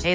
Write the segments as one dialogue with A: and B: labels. A: Hey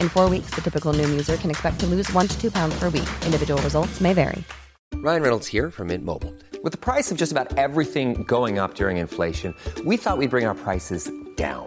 B: In four weeks, the typical Noom user can expect to lose one to two pounds per week. Individual results may vary.
C: Ryan Reynolds here from Mint Mobile. With the price of just about everything going up during inflation, we thought we'd bring our prices down.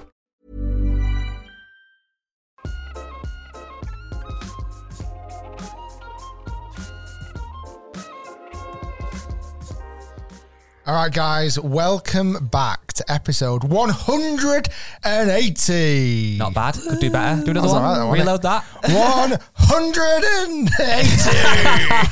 D: All right, guys, welcome back to episode 180.
E: Not bad. Could do better. Do another
D: That's
E: one.
D: alright, that one,
E: Reload that.
D: 180.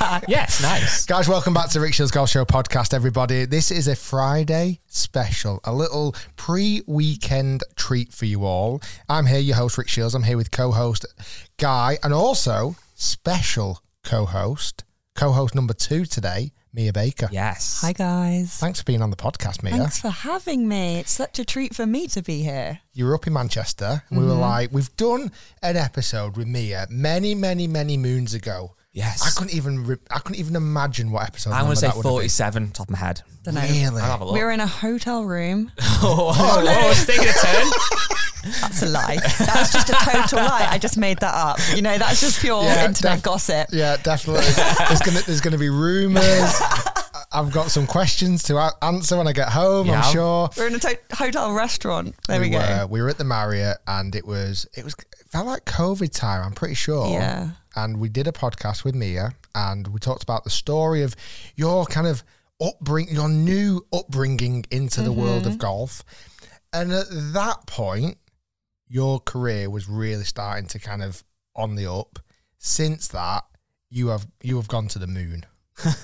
E: Uh, yes, nice.
D: guys, welcome back to Rick Shields Golf Show podcast, everybody. This is a Friday special, a little pre weekend treat for you all. I'm here, your host, Rick Shields. I'm here with co host Guy and also special co host, co host number two today, Mia Baker.
E: Yes.
F: Hi guys.
D: Thanks for being on the podcast, Mia.
F: Thanks for having me. It's such a treat for me to be here.
D: you were up in Manchester, and we were like, we've done an episode with Mia many, many, many moons ago.
E: Yes.
D: I couldn't even, re- I couldn't even imagine what episode.
E: I'm going to say
D: number that would have
E: 47, top of my head.
F: Don't
D: been.
F: know.
D: Really?
E: I'll have a look.
F: We were in a hotel room.
E: oh, oh, oh, it's taking a turn.
F: That's a lie. That's just a total lie. I just made that up. You know, that's just pure
D: Yeah,
F: internet
D: def-
F: gossip.
D: Yeah, definitely. there's gonna, there's gonna be rumours. I- I've got some questions to a- answer when I get home. I'm sure.
F: We're in a to- hotel restaurant. There we, go.
D: Were, uh, we were at the Marriott, and it was it was it felt like COVID time. I'm pretty sure.
F: Yeah.
D: And we did a podcast with Mia, and we talked about the story of your kind of upbringing, your new upbringing into the world
F: Mm-hmm.
D: of golf, and at that point, your career was really starting to kind of on the up. Since that, you have you have gone to the moon.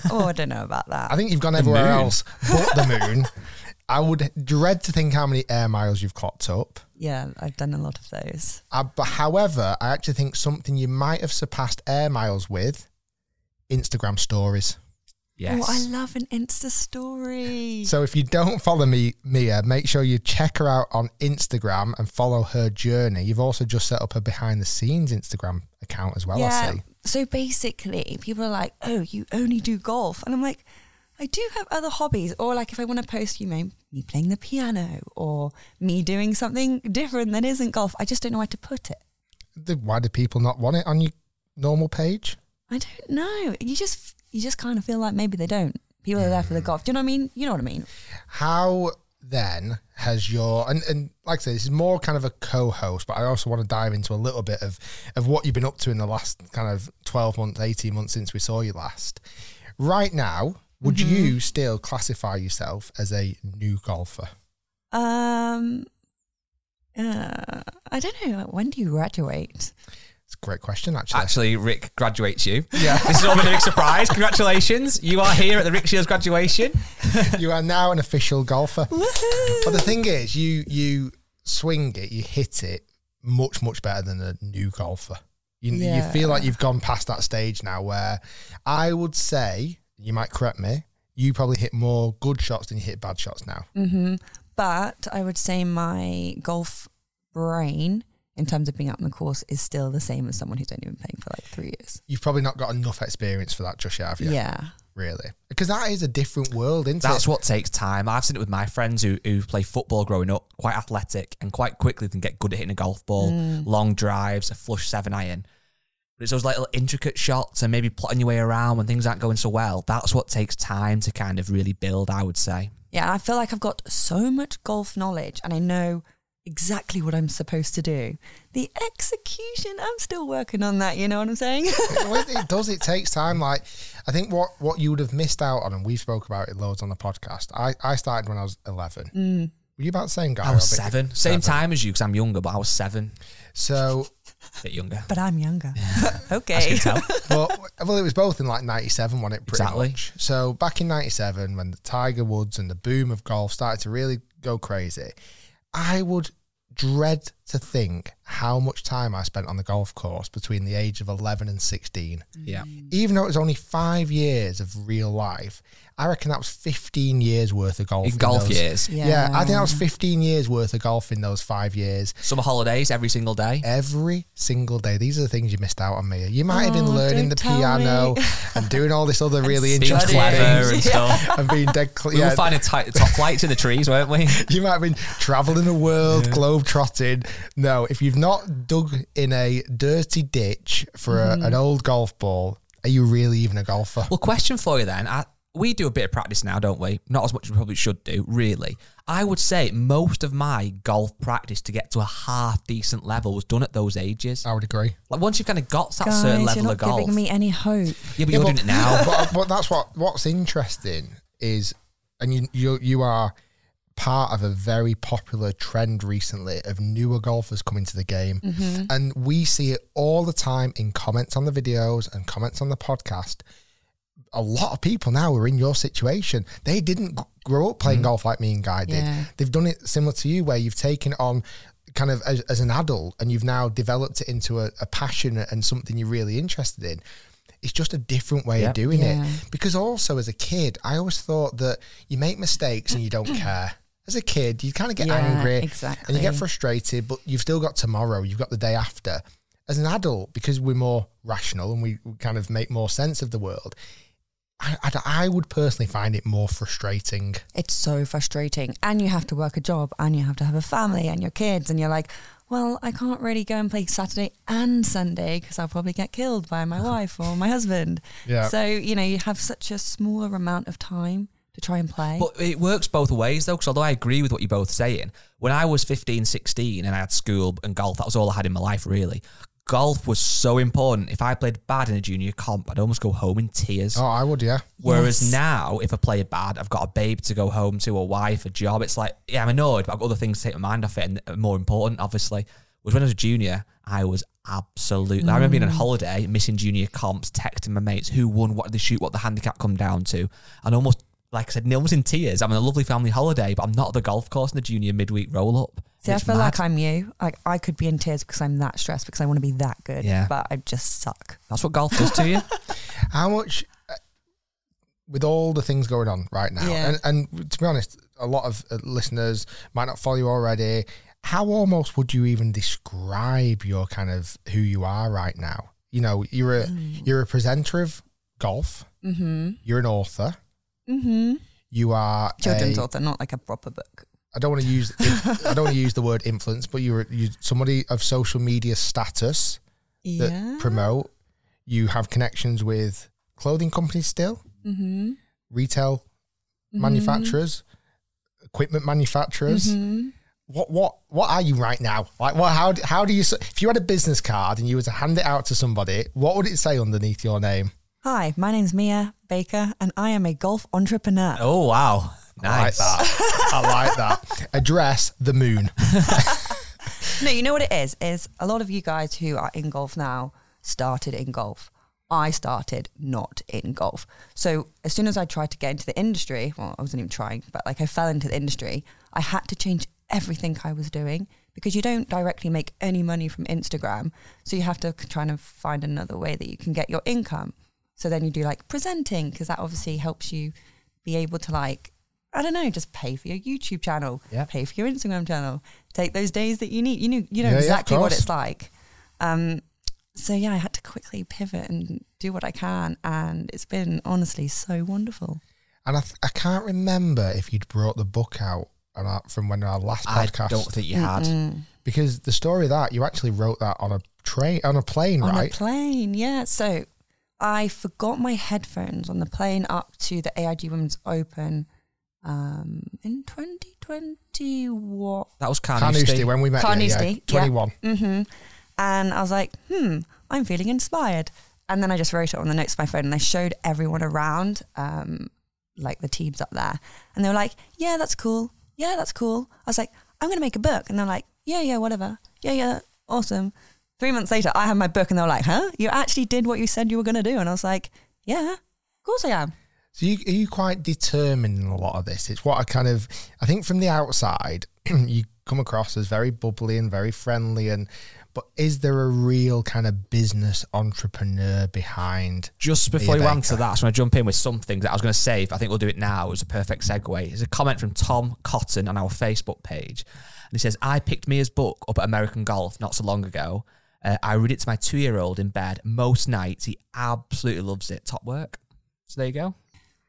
F: Oh, I don't know about that.
D: I think you've gone everywhere
G: moon.
D: else but the moon. I would dread to think how many air miles you've clocked up.
F: yeah, I've done a lot of those.
D: Uh, but however, I actually think something you might have surpassed air miles with Instagram stories.
G: Yes.
F: Oh, I love an Insta story.
D: So if you don't follow me, Mia, make sure you check her out on Instagram and follow her journey. You've also just set up a behind the scenes Instagram account as well, I see.
F: So basically, people are like, "Oh, you only do golf," and I'm like, "I do have other hobbies." Or like, if I want to post, you know, me playing the piano or me doing something different that isn't golf, I just don't know where to put it.
D: The- Why do people not want it on your normal page?
F: I don't know. You just you just kind of feel like maybe they don't. People are there for the golf. Do you know what I mean? You know what I mean?
D: How then has your and, and like I say, this is more kind of a co-host, but I also want to dive into a little bit of of what you've been up to in the last kind of twelve months, eighteen months since we saw you last. Right now, would you still classify yourself as a new golfer?
F: Um, uh, I don't know. When do you graduate?
D: It's a great question, actually.
G: Actually, Rick graduates you. Yeah. This is all been a big surprise. Congratulations. You are here at the Rick Shields graduation.
D: you are now an official golfer.
F: Woohoo!
D: But the thing is, you you swing it, you hit it much much better than a new golfer. You you feel like
F: Yeah.
D: you've gone past that stage now where I would say you might correct me. You probably hit more good shots than you hit bad shots now.
F: Mm. Mm-hmm. but I would say my golf brain, in terms of being out on the course, is still the same as someone who's only been playing for like three years.
D: You've probably not got enough experience for that just yet, have you?
F: Yeah.
D: Really. Because that is a different world, isn't
G: That's
D: it?
G: what takes time. I've seen it with my friends who who play football growing up, quite athletic, and quite quickly can get good at hitting a golf ball, long drives, a flush seven iron. But it's those like little intricate shots and maybe plotting your way around when things aren't going so well. That's what takes time to kind of really build, I would say.
F: Yeah, And I feel like I've got so much golf knowledge and I know exactly what I'm supposed to do. The execution, I'm still working on that. You know what I'm saying?
D: Well, it, it does. It takes time. Like I think what what you would have missed out on, and we spoke about it loads on the podcast. I I started when I was eleven.
F: Mm.
D: Were you about the same guy?
G: I was
D: or a bit-
G: seven, same time as you because I'm younger, but I was seven,
D: So,
G: a bit younger.
F: but I'm younger. okay.
G: As you can tell.
D: but well, it was both in like '97 when it pretty
G: Exactly.
D: much. So back in '97, when the Tiger Woods and the boom of golf started to really go crazy, I would dread to think how much time I spent on the golf course between the age of 11 and 16.
G: yeah.
D: Even though it was only five years of real life, I reckon that was 15 years worth of golf.
G: In golf
D: those-
G: years.
D: Yeah. I think that was 15 years worth of golf in those five years.
G: Summer holidays every single day.
D: Every single day. These are the things you missed out on, Mia. You might have been
F: Oh,
D: learning
F: don't
D: the
F: tell
D: piano
F: me.
D: and doing all this other really
G: Being
D: interesting
G: clever
D: things
G: and stuff.
D: and being dead clear.
G: We were finding ti- top flights in the trees, weren't we?
D: you might have been traveling the world, globe trotting. No, if you've not dug in a dirty ditch for a,
F: Mm.
D: an old golf ball, are you really even a golfer?
G: Well, question for you then. I, we do a bit of practice now, don't we? Not as much as we probably should do, really. I would say most of my golf practice to get to a half decent level was done at those ages.
D: I would agree.
G: Like once you've kind of got to that
F: Guys,
G: certain
F: you're
G: level
F: not
G: of golf.
F: giving me any hope.
G: yeah, but you're
D: but-
G: doing it now.
D: but, but that's what what's interesting is, and you you you are part of a very popular trend recently of newer golfers coming to the game, and we see it all the time in comments on the videos and comments on the podcast. A lot of people now are in your situation. They didn't g- grow up
G: Mm.
D: playing golf like me and Guy did.
F: Yeah.
D: They've done it similar to you, where you've taken it on kind of as, as an adult and you've now developed it into a, a passion and something you're really interested in. It's just a different way
G: Yeah.
D: of doing
F: Yeah.
D: it. Because also as a kid, I always thought that you make mistakes and you don't care. As a kid, you kind of get
F: Yeah,
D: angry and you
F: exactly.
D: get frustrated, but you've still got tomorrow, you've got the day after. As an adult, because we're more rational and we, we kind of make more sense of the world, I, I'd- I would personally find it more frustrating.
F: It's so frustrating. And you have to work a job and you have to have a family and your kids. And you're like, well, I can't really go and play Saturday and Sunday because I'll probably get killed by my wife or my husband.
D: Yeah.
F: So, you know, you have such a smaller amount of time to try and play.
G: But it works both ways though, because although I agree with what you're both saying, when I was 15, 16 and I had school and golf, that was all I had in my life really. Golf was so important. If I played bad in a junior comp, I'd almost go home in tears.
D: Oh, I would, yeah.
G: Whereas now, if I play bad, I've got a babe to go home to, a wife, a job. It's like, yeah, I'm annoyed, but I've got other things to take my mind off it and uh, more important, obviously. Was when I was a junior, I was absolutely. I remember being on holiday, missing junior comps, texting my mates who won, what did they shoot, what the handicap come down to, and almost, like I said, almost in tears. I'm on a lovely family holiday, but I'm not at the golf course in the junior midweek roll up.
F: See, I feel like I'm you. Like I could be in tears because I'm that stressed because I want to be that good.
G: Yeah.
F: But I just suck.
G: That's what golf does to you.
D: How much, uh, with all the things going on right now,
F: Yeah.
D: and, and to be honest, a lot of uh, listeners might not follow you already. How almost would you even describe your kind of who you are right now? You know, you're a you're a presenter of golf.
F: Mm. Mm-hmm.
D: You're an author.
F: Mm-hmm.
D: You are
F: Children's
D: a,
F: author, not like a proper book.
D: I don't want to use I don't want to use the word influence, but you're you somebody of social media status that
F: Yeah.
D: promote. You have connections with clothing companies still,
F: Mm-hmm.
D: retail manufacturers, equipment manufacturers.
F: Mm-hmm.
D: What what what are you right now? Like what how d- how do you s- if you had a business card and you were to hand it out to somebody, what would it say underneath your name?
F: Hi, my name's Mia Baker, and I am a golf entrepreneur.
G: oh, wow. Nice.
D: I like that. I like that. Address the moon.
F: No, you know what it is? Is a lot of you guys who are in golf now started in golf. I started not in golf. So as soon as I tried to get into the industry, well, I wasn't even trying, but like I fell into the industry, I had to change everything I was doing because you don't directly make any money from Instagram. So you have to try and find another way that you can get your income. So then you do like presenting because that obviously helps you be able to like I don't know, just pay for your YouTube channel,
G: Yeah.
F: pay for your Instagram channel, take those days that you need. You know, you know
D: Yeah, yeah, of
F: exactly what
D: course.
F: it's like. Um, so yeah, I had to quickly pivot and do what I can, and it's been honestly so wonderful.
D: And I, th- I can't remember if you'd brought the book out on our, from when our last
G: I
D: podcast.
G: don't think you had.
D: because the story of that you actually wrote that on a train on a plane,
F: on
D: right?
F: a plane. Yeah. So I forgot my headphones on the plane up to the AIG Women's Open um, in 2021.
G: That was
D: Carnoustie,
G: Carnoustie.
D: when we met. you,
F: Carnoustie,
D: yeah, twenty-one.
F: hmm And I was like, hmm, I'm feeling inspired. And then I just wrote it on the notes of my phone and I showed everyone around, um, like the teams up there. And they were like, yeah, that's cool. Yeah, that's cool. I was like, I'm going to make a book. And they're like, yeah, yeah, whatever. Yeah, yeah, awesome. Three months later, I had my book and they were like, huh? You actually did what you said you were going to do. And I was like, yeah, of course I am.
D: So you are you quite determined in a lot of this? It's what I kind of I think from the outside you come across as very bubbly and very friendly and but is there a real kind of business entrepreneur behind
G: just
D: Mia
G: before you
D: Baker?
G: answer that, I just want to jump in with something that I was going to save. I think we'll do it now as a perfect segue. It's a comment from Tom Cotton on our Facebook page. And he says, I picked Mia's book up at American Golf not so long ago. Uh, I read it to my two year old in bed most nights. He absolutely loves it. Top work. So there you go.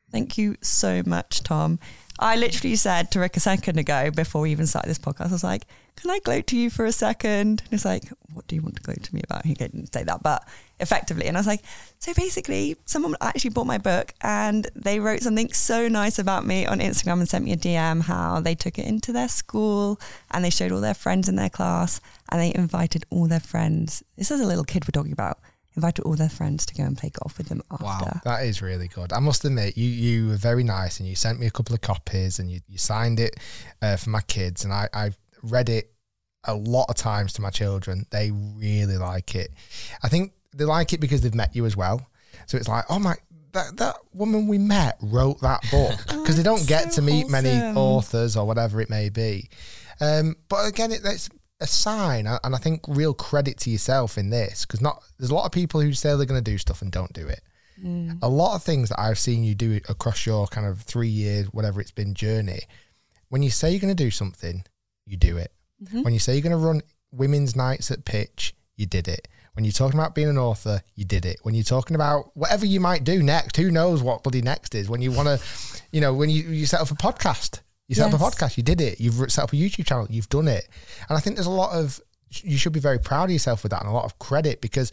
F: Thank you so much, Tom. I literally said to Rick a second ago before we even started this podcast, I was like, Can I gloat to you for a second? And he's like, What do you want to gloat to me about? He didn't say that, but effectively. And I was like, So basically, someone actually bought my book and they wrote something so nice about me on Instagram and sent me a DM how they took it into their school and they showed all their friends in their class and they invited all their friends. This is a little kid we're talking about. Invited all their friends to go and play golf with them after.
D: That is really good. I must admit, you you were very nice, and you sent me a couple of copies, and you, you signed it uh, for my kids, and I I read it a lot of times to my children. They really like it. I think they like it because they've met you as well. So it's like, oh my. That, that woman we met wrote that book because they don't
F: Oh, that's
D: get to
F: so
D: meet many
F: wholesome.
D: authors or whatever it may be. Um, but again, it, it's a sign, and and I think real credit to yourself in this because not there's a lot of people who say they're going to do stuff and don't do it a lot of things that I've seen you do across your kind of three years, whatever it's been, journey. When you say you're going to do something, you do it. When you say you're going to run women's nights at pitch, you did it. When you're talking about being an author, you did it. When you're talking about whatever you might do next, who knows what bloody next is? When you want to, you know, when you, you set up a podcast, you set up a
F: Yes.
D: podcast, you did it. You've set up a YouTube channel, you've done it. And I think there's a lot of you should be very proud of yourself with that and a lot of credit because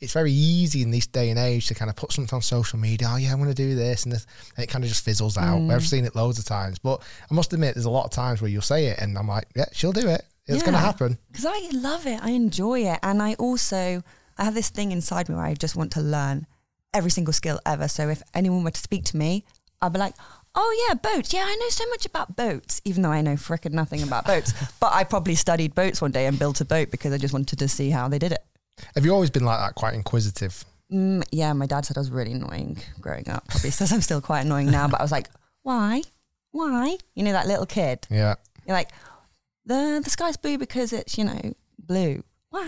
D: it's very easy in this day and age to kind of put something on social media. Oh yeah, I'm going to do this and this, and it kind of just fizzles out. I've seen it loads of times, but I must admit, there's a lot of times where you'll say it, and I'm like, yeah, she'll do it. It's going to happen.
F: Because I love it. I enjoy it. And I also, I have this thing inside me where I just want to learn every single skill ever. So if anyone were to speak to me, I'd be like, oh yeah, boats. Yeah, I know so much about boats, even though I know frickin' nothing about boats. but I probably studied boats one day and built a boat because I just wanted to see how they did it.
D: Have you always been like that, quite inquisitive?
F: Mm, yeah, my dad said I was really annoying growing up. Probably says I'm still quite annoying now, but I was like, why? Why? You know, that little kid.
D: Yeah.
F: You're like, the the sky's blue because it's, you know, blue. Why?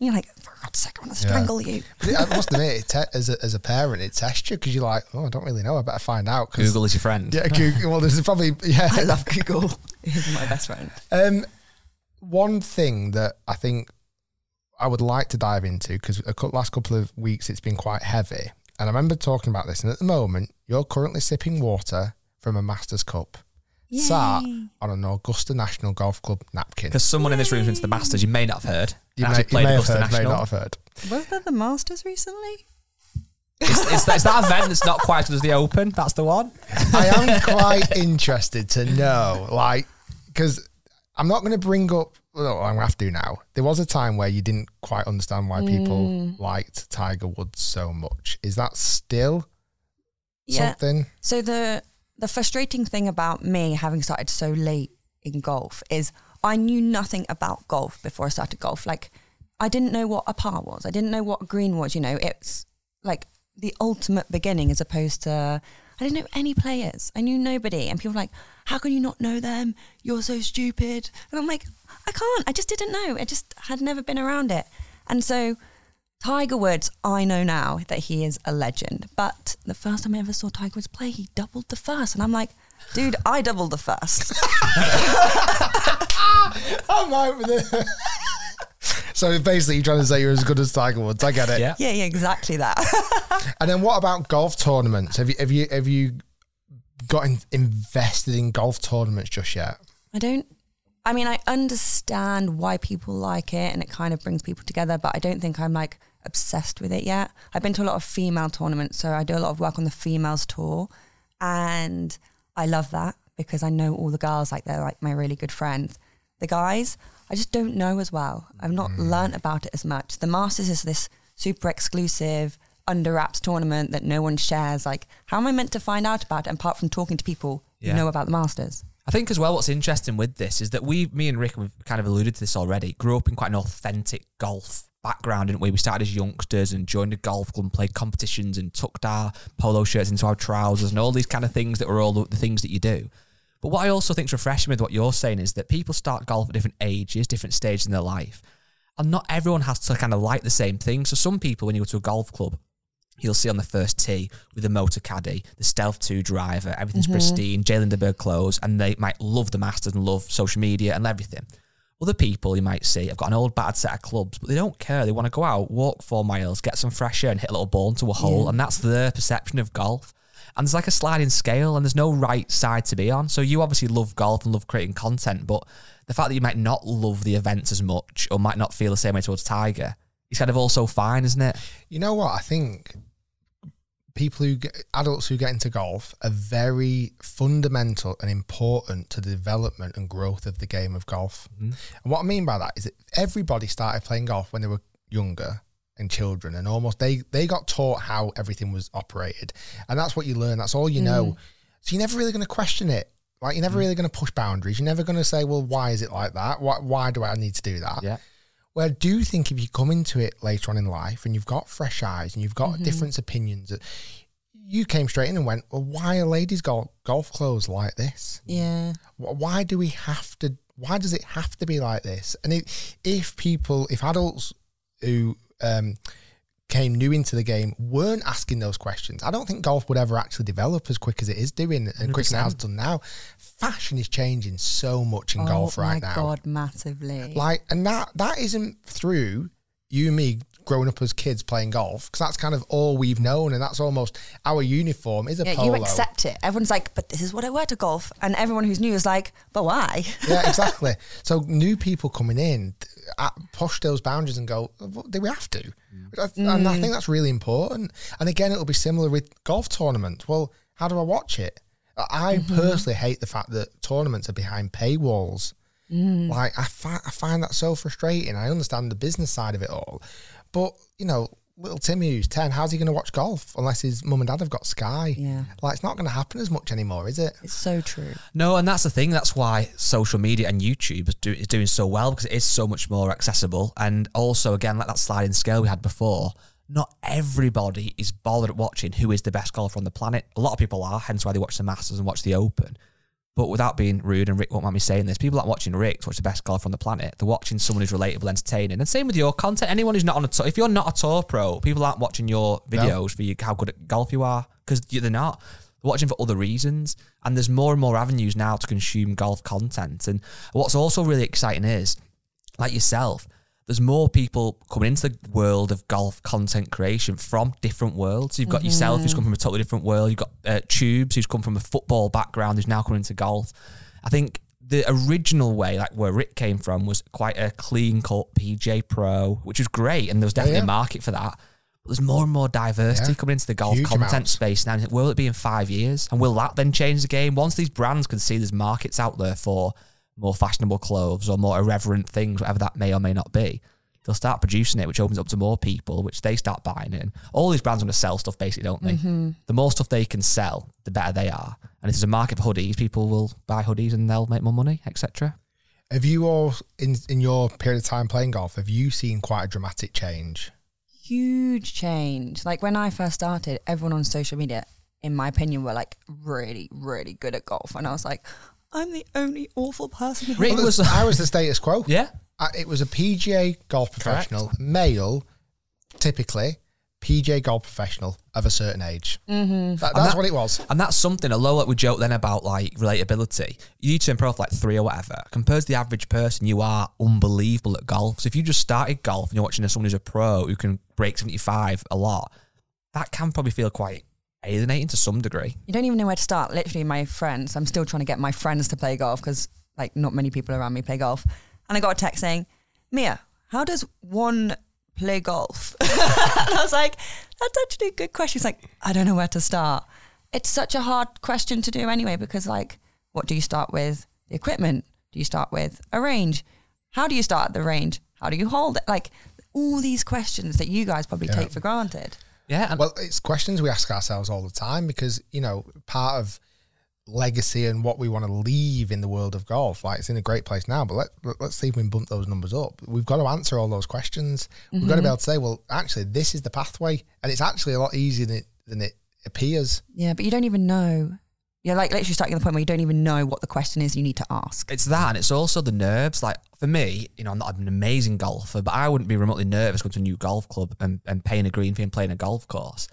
F: And you're like, for God's sake, I want to
D: Yeah.
F: strangle you.
D: But I must admit, it te- as, a, as a parent, it tests you because you're like, oh, I don't really know. I better find out. 'cause-
G: Google is your friend.
D: Yeah, Google. Well, there's probably yeah.
F: I love Google. He's my best friend.
D: Um, one thing that I think I would like to dive into because the last couple of weeks it's been quite heavy, and I remember talking about this. And at the moment, you're currently sipping water from a Masters Cup, sat on an Augusta National Golf Club napkin.
G: Because someone in this room into the Masters, you may not have heard.
D: You
G: actually
D: may, you
G: played
D: may have
G: Augusta
D: heard, may
G: National.
D: not have heard.
F: Was there the Masters recently?
G: It's, it's, that, it's that event that's not quite as the Open. That's the one.
D: I am quite interested to know, like, because I'm not going to bring up. Well, I'm going to have to now. There was a time where you didn't quite understand why people liked Tiger Woods so much. Is that still something?
F: So the the frustrating thing about me having started so late in golf is I knew nothing about golf before I started golf. Like I didn't know what a par was. I didn't know what a green was. You know, it's like the ultimate beginning as opposed to I didn't know any players. I knew nobody, and people were like, "How can you not know them? You're so stupid." And I'm like, "I can't. I just didn't know. I just had never been around it." And so Tiger Woods, I know now that he is a legend, but the first time I ever saw Tiger Woods play, he doubled the first. And I'm like, dude, I doubled the first.
D: I'm out with it. so basically, you're trying to say you're as good as Tiger Woods. I get it.
G: Yeah.
F: yeah, yeah, exactly that.
D: And then what about golf tournaments? Have you have you have you gotten invested in golf tournaments just yet?
F: I don't, I mean, I understand why people like it and it kind of brings people together, but I don't think I'm like obsessed with it yet. I've been to a lot of female tournaments, so I do a lot of work on the females tour, and I love that because I know all the girls, like they're like my really good friends. The guys, I just don't know as well. I've not learnt about it as much. The Masters is this super exclusive, under wraps tournament that no one shares. Like, how am I meant to find out about it apart from talking to people
G: Yeah.
F: who know about the Masters?
G: I think as well, what's interesting with this is that we, me and Rick, we've kind of alluded to this already. Grew up in quite an authentic golf background, didn't we? We started as youngsters and joined a golf club and played competitions and tucked our polo shirts into our trousers and all these kind of things that were all the, the things that you do. But what I also think is refreshing with what you're saying is that people start golf at different ages, different stages in their life, and not everyone has to kind of like the same thing. So some people, when you go to a golf club, you'll see on the first tee with the motor caddy, the Stealth 2 driver, everything's pristine, Jay Lindenberg clothes, and they might love the Masters and love social media and everything. Other people you might see, I've got an old battered set of clubs, but they don't care. They want to go out, walk four miles, get some fresh air, and hit a little ball into a hole. And that's their perception of golf. And there's like a sliding scale, and there's no right side to be on. So you obviously love golf and love creating content, but the fact that you might not love the events as much or might not feel the same way towards Tiger, it's kind of also fine, isn't it?
D: You know what? I think people who get, adults who get into golf are very fundamental and important to the development and growth of the game of golf. And what I mean by that is that everybody started playing golf when they were younger and children, and almost they they got taught how everything was operated, and that's what you learn. That's all you know. So you're never really going to question it. Like you're never really going to push boundaries. You're never going to say, "Well, why is it like that? Why, why do I need to do that?"
G: Yeah.
D: Well, I do think if you come into it later on in life and you've got fresh eyes and you've got different opinions, uh, you came straight in and went, "Well, why are ladies' golf golf clothes like this?
F: Yeah.
D: Wh- Why do we have to? Why does it have to be like this?" And it, if people, if adults who um, came new into the game weren't asking those questions, I don't think golf would ever actually develop as quick as it is doing and quick as it has done now. Fashion is changing so much in golf right
F: Oh my
D: now.
F: god, massively.
D: Like, and that that isn't through you and me growing up as kids playing golf because that's kind of all we've known, and that's almost our uniform is a
F: Yeah,
D: polo.
F: you accept it. Everyone's like, but this is what I wear to golf. And everyone who's new is like, but why?
D: yeah, exactly. So new people coming in th- uh, push those boundaries and go, "What do we have to?
G: Mm.
D: I- And I think that's really important. And again, it'll be similar with golf tournaments. Well, how do I watch it? I I personally hate the fact that tournaments are behind paywalls. Like I, fi- I find that so frustrating. I understand the business side of it all, but you know, little Timmy who's ten, how's he going to watch golf unless his mum and dad have got Sky?
F: Yeah.
D: like it's not going to happen as much anymore, is it?
F: It's so true.
G: No, and that's the thing. That's why social media and YouTube is, do, is doing so well because it is so much more accessible. And also, again, like that sliding scale we had before, not everybody is bothered at watching who is the best golfer on the planet. A lot of people are, hence why they watch the Masters and watch the Open. But without being rude, and Rick won't mind me saying this, people aren't watching Rick to watch the best golfer on the planet. They're watching someone who's relatable, entertaining. And same with your content. Anyone who's not on a tour, if you're not a tour pro, people aren't watching your videos for you, how good at golf you are because they're not. They're watching for other reasons. And there's more and more avenues now to consume golf content. And what's also really exciting is, like yourself, there's more people coming into the world of golf content creation from different worlds. You've got yourself
D: Mm-hmm.
G: who's come from a totally different world. You've got uh, Tubes who's come from a football background who's now coming into golf. I think the original way, like where Rick came from, was quite a clean cut PJ Pro, which was great, and there was definitely
D: yeah.
G: a market for that. But there's more and more diversity
D: Yeah.
G: coming into the golf
D: Huge
G: content
D: amounts.
G: space now. Will it be in five years? And will that then change the game? Once these brands can see there's markets out there for more fashionable clothes or more irreverent things, whatever that may or may not be, they'll start producing it, which opens up to more people, which they start buying it. And all these brands want to sell stuff, basically, don't they? The more stuff they can sell, the better they are. And if there's a market for hoodies, people will buy hoodies and they'll make more money, etc.
D: Have you all in in your period of time playing golf? Have you seen quite a dramatic change?
F: Huge change. Like when I first started, everyone on social media, in my opinion, were like really, really good at golf. And I was like, I'm the only awful person. here.
G: Rick
D: Well,
G: was, uh,
D: I was the status quo.
G: yeah,
D: I, it was a PGA golf professional, male, typically PGA golf professional of a certain age. Mm-hmm. That,
G: And
D: that's
G: that-
D: what it was.
G: And that's something, although like we joke then about like relatability, you turn pro for like three or whatever. Compared to the average person, you are unbelievable at golf. So if you just started golf and you're watching someone who's a pro who can break 75 a lot, that can probably feel quite alienating to some degree.
F: You don't even know where to start. Literally, my friends, I'm still trying to get my friends to play golf because like not many people around me play golf. And I got a text saying, Mia, how does one play golf? and I was like, that's actually a good question. It's like, I don't know where to start. It's such a hard question to do anyway because like, what do you start with? The equipment? Do you start with a range? How do you start at the range? How do you hold it? Like all these questions that you guys probably
D: Yeah.
F: take for granted.
G: Yeah. And
D: Well, it's questions we ask ourselves all the time because you know part of legacy and what we want to leave in the world of golf. Like it's in a great place now, but let, let- let's see if we can bump those numbers up. We've got to answer all those questions. We've
G: Mm-hmm.
D: got to be able to say, well, actually, this is the pathway, and it's actually a lot easier than it, than it appears.
F: Yeah, but you don't even know. You're like literally starting at the point where you don't even know what the question is you need to ask.
G: it's that and it's also the nerves. Like for me, you know, I'm not an amazing golfer, but I wouldn't be remotely nervous going to a new golf club and, and paying a green fee and playing a golf course.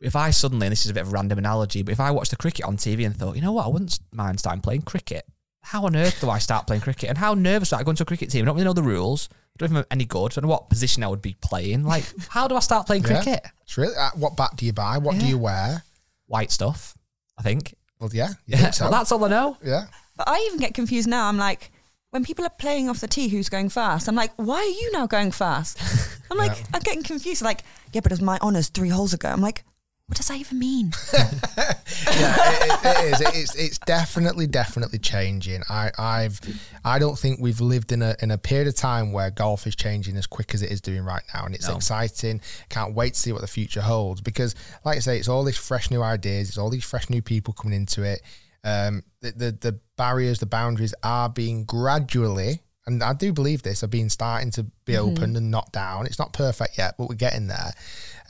G: If I suddenly, and this is a bit of a random analogy, but if I watched the cricket on TV and thought, you know what, I wouldn't mind starting playing cricket. How on earth do I start playing cricket? And how nervous do I go into a cricket team? I don't really know the rules. I don't even know any good. I don't know what position I would be playing. Like, how do I start playing
D: Yeah.
G: cricket?
D: It's really uh, what bat do you buy? What do
G: Yeah.
D: you wear?
G: White stuff, I think.
D: Well, yeah,
G: Yeah,
D: you think so.
G: well, that's all I know.
D: yeah.
F: But I even get confused now. I'm like, when people are playing off the tee, who's going fast? I'm like, why are you now going fast? I'm like, I'm getting confused. Like, yeah, but it was my honours three holes ago. I'm like, what does that even mean?
D: yeah, it, it- it is. It, it's it's definitely definitely changing. I I've I don't think we've lived in a in a period of time where golf is changing as quick as it is doing right now, and it's exciting. Can't wait to see what the future holds because, like I say, it's all these fresh new ideas. It's all these fresh new people coming into it. Um, the the, the barriers, the boundaries are being gradually. And I do believe this are being starting to be opened and not down. It's not perfect yet, but we're getting there.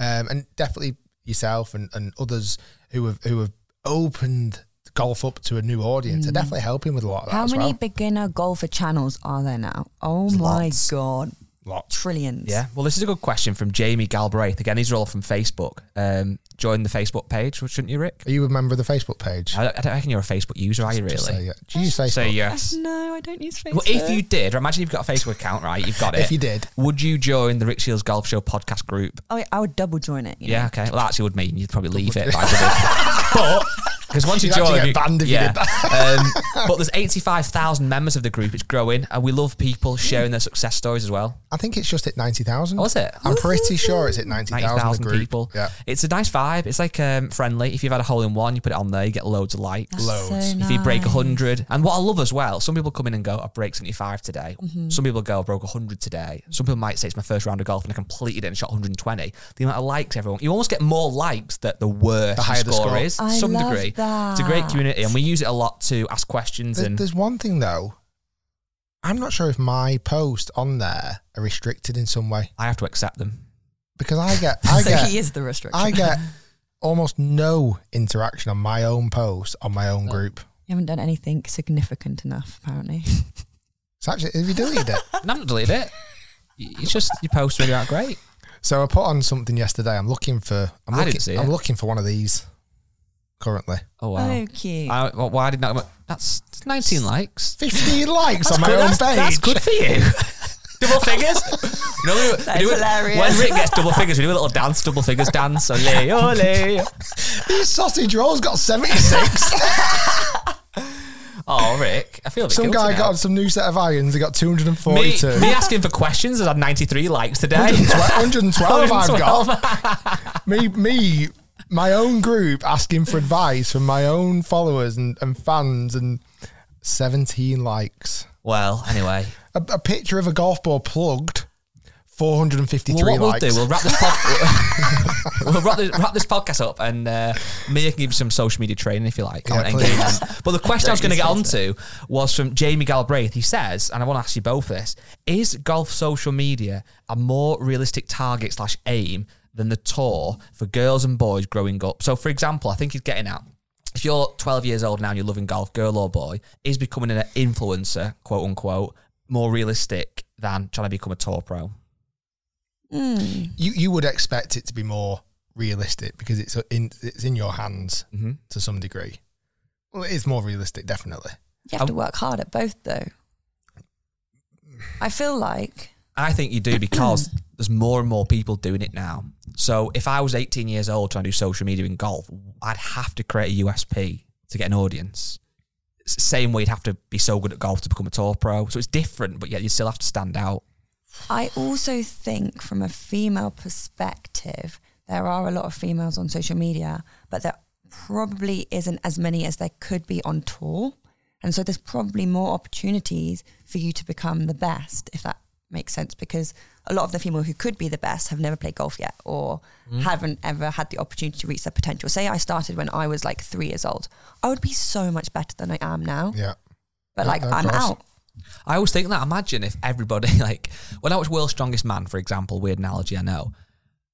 D: Um, and definitely yourself and, and others who have who have opened golf up to a new audience
G: Mm.
D: are definitely helping with a lot of that
F: How
D: as
F: many
D: well.
F: beginner golfer channels are there now? Oh my
G: Lots.
F: god,
D: Lots.
F: trillions.
G: Yeah. Well, this is a good question from Jamie Galbraith. Again, these are all from Facebook. Um, join the Facebook page, shouldn't you, Rick?
D: Are you a member of the Facebook page?
G: I don't, I don't reckon you're a Facebook user, are you really?
D: Just say yeah. Do you say,
G: Say
D: so?
G: yes.
F: No, I don't use Facebook.
G: Well, if you did, or imagine you've got a Facebook account, right? You've got it.
D: If you did.
G: would you join the Rick Shields Golf Show podcast group?
F: oh, yeah, I would double join it. you know.
G: Yeah, okay. Well, that actually would mean you'd probably leave it. by the way. but because once you
D: You'd
G: join,
D: actually get banned if you did
G: um, but there's 85,000 members of the group. It's growing, and we love people sharing their success stories as well.
D: I think it's just at 90,000.
G: Oh, is it?
D: I'm pretty sure it's at 90,000
G: 90,000
D: group.
G: people.
D: Yeah.
G: It's a nice vibe. It's like um, friendly. If you've had a hole in one, you put it on there, you get loads of likes.
F: That's
D: loads.
F: so
G: If you break
F: nice.
G: 100, and what I love as well, some people come in and go, I break 75 today.
F: Mm-hmm.
G: Some people go, I broke 100 today. Some people might say it's my first round of golf and I completed it and shot 120. The amount of likes everyone, you almost get more likes that the worse the
D: higher the
G: score,
D: score.
G: is to
F: I
G: some
F: love
G: degree. It's a great
F: that.
G: community and we use it a lot to ask questions
D: There-
G: and
D: there's one thing though. I'm not sure if my posts on there are restricted in some way
G: I have to accept them.
D: because I get I
F: so
D: get
F: he is the restriction.
D: I get almost no interaction on my own post on my own group.
F: You haven't done anything significant enough, apparently.
D: It's actually have you deleted it?
G: And I haven't deleted it. It's just your posts really aren't great.
D: So I put on something yesterday. I'm looking for. I'm
G: I
D: looking,
G: didn't see
D: I'm
G: it.
D: looking for one of these currently.
G: Oh, wow.
F: Oh, cute.
G: I, well, why did not? That's 19 likes.
D: 15 likes on my
G: good,
D: own
G: that's,
D: page.
G: That's good for you. double figures. You know, we do- we
F: That's
G: do it-
F: hilarious.
G: When Rick gets double figures, we do a little dance, double figures dance. Ole, ole.
D: These sausage rolls got 76.
G: Oh, Rick, I feel a bit
D: some guy
G: guilty now.
D: got some new set of irons. He got
G: me,
D: 242.
G: me asking for questions has had 93 likes today.
D: 112 I've got.
G: 112.
D: me, me, my own group asking for advice from my own followers and, and fans and 17 likes.
G: Well, anyway,
D: A, a picture of a golf ball plugged, 453
G: well, what
D: likes.
G: we'll do, we'll wrap this, pod- we'll wrap this, wrap this podcast up, and uh, me I can give you some social media training if you like.
D: Yeah,
G: on
D: please.
G: engagement. But the question I was going to get
F: Don't use
G: onto was from Jamie Galbraith. He says, and I want to ask you both this: Is golf social media a more realistic target slash aim than the tour for girls and boys growing up? So, for example, I think he's getting at. If you're 12 years old now and you're loving golf, girl or boy, is becoming an influencer, quote unquote, more realistic than trying to become a tour pro?
F: Hmm.
D: you you would expect it to be more realistic because it's in it's in your hands
G: Mm-hmm.
D: to some degree. Well, it is more realistic, definitely.
F: You have
G: Um,
F: to work hard at both, though. I feel like
G: I think you do because there's more and more people doing it now. So if I was 18 years old trying to do social media in golf, I'd have to create a USP to get an audience. It's the same way you'd have to be so good at golf to become a tour pro. So it's different, but yet you still have to stand out.
F: I also think from a female perspective, there are a lot of females on social media, but there probably isn't as many as there could be on tour. And so there's probably more opportunities for you to become the best, if that makes sense, because a lot of the female who could be the best have never played golf yet or
G: Mm.
F: haven't ever had the opportunity to reach their potential. Say I started when I was like three years old, I would be so much better than I am now.
D: Yeah.
F: But
D: Yeah,
F: like,
D: of
F: I'm
D: course.
F: out.
G: I always think that. Imagine if everybody, like, when I watch World's Strongest Man, for example, weird analogy, I know,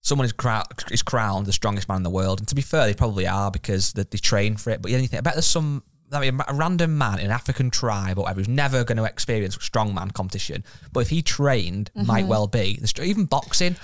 G: someone is, crow- is crowned the strongest man in the world. And to be fair, they probably are because they, they train for it. But then you think, I bet there's some, I mean, a random man in an African tribe or whatever who's never going to experience strongman competition. But if he trained,
F: Mm-hmm.
G: might well be. The str- Even boxing.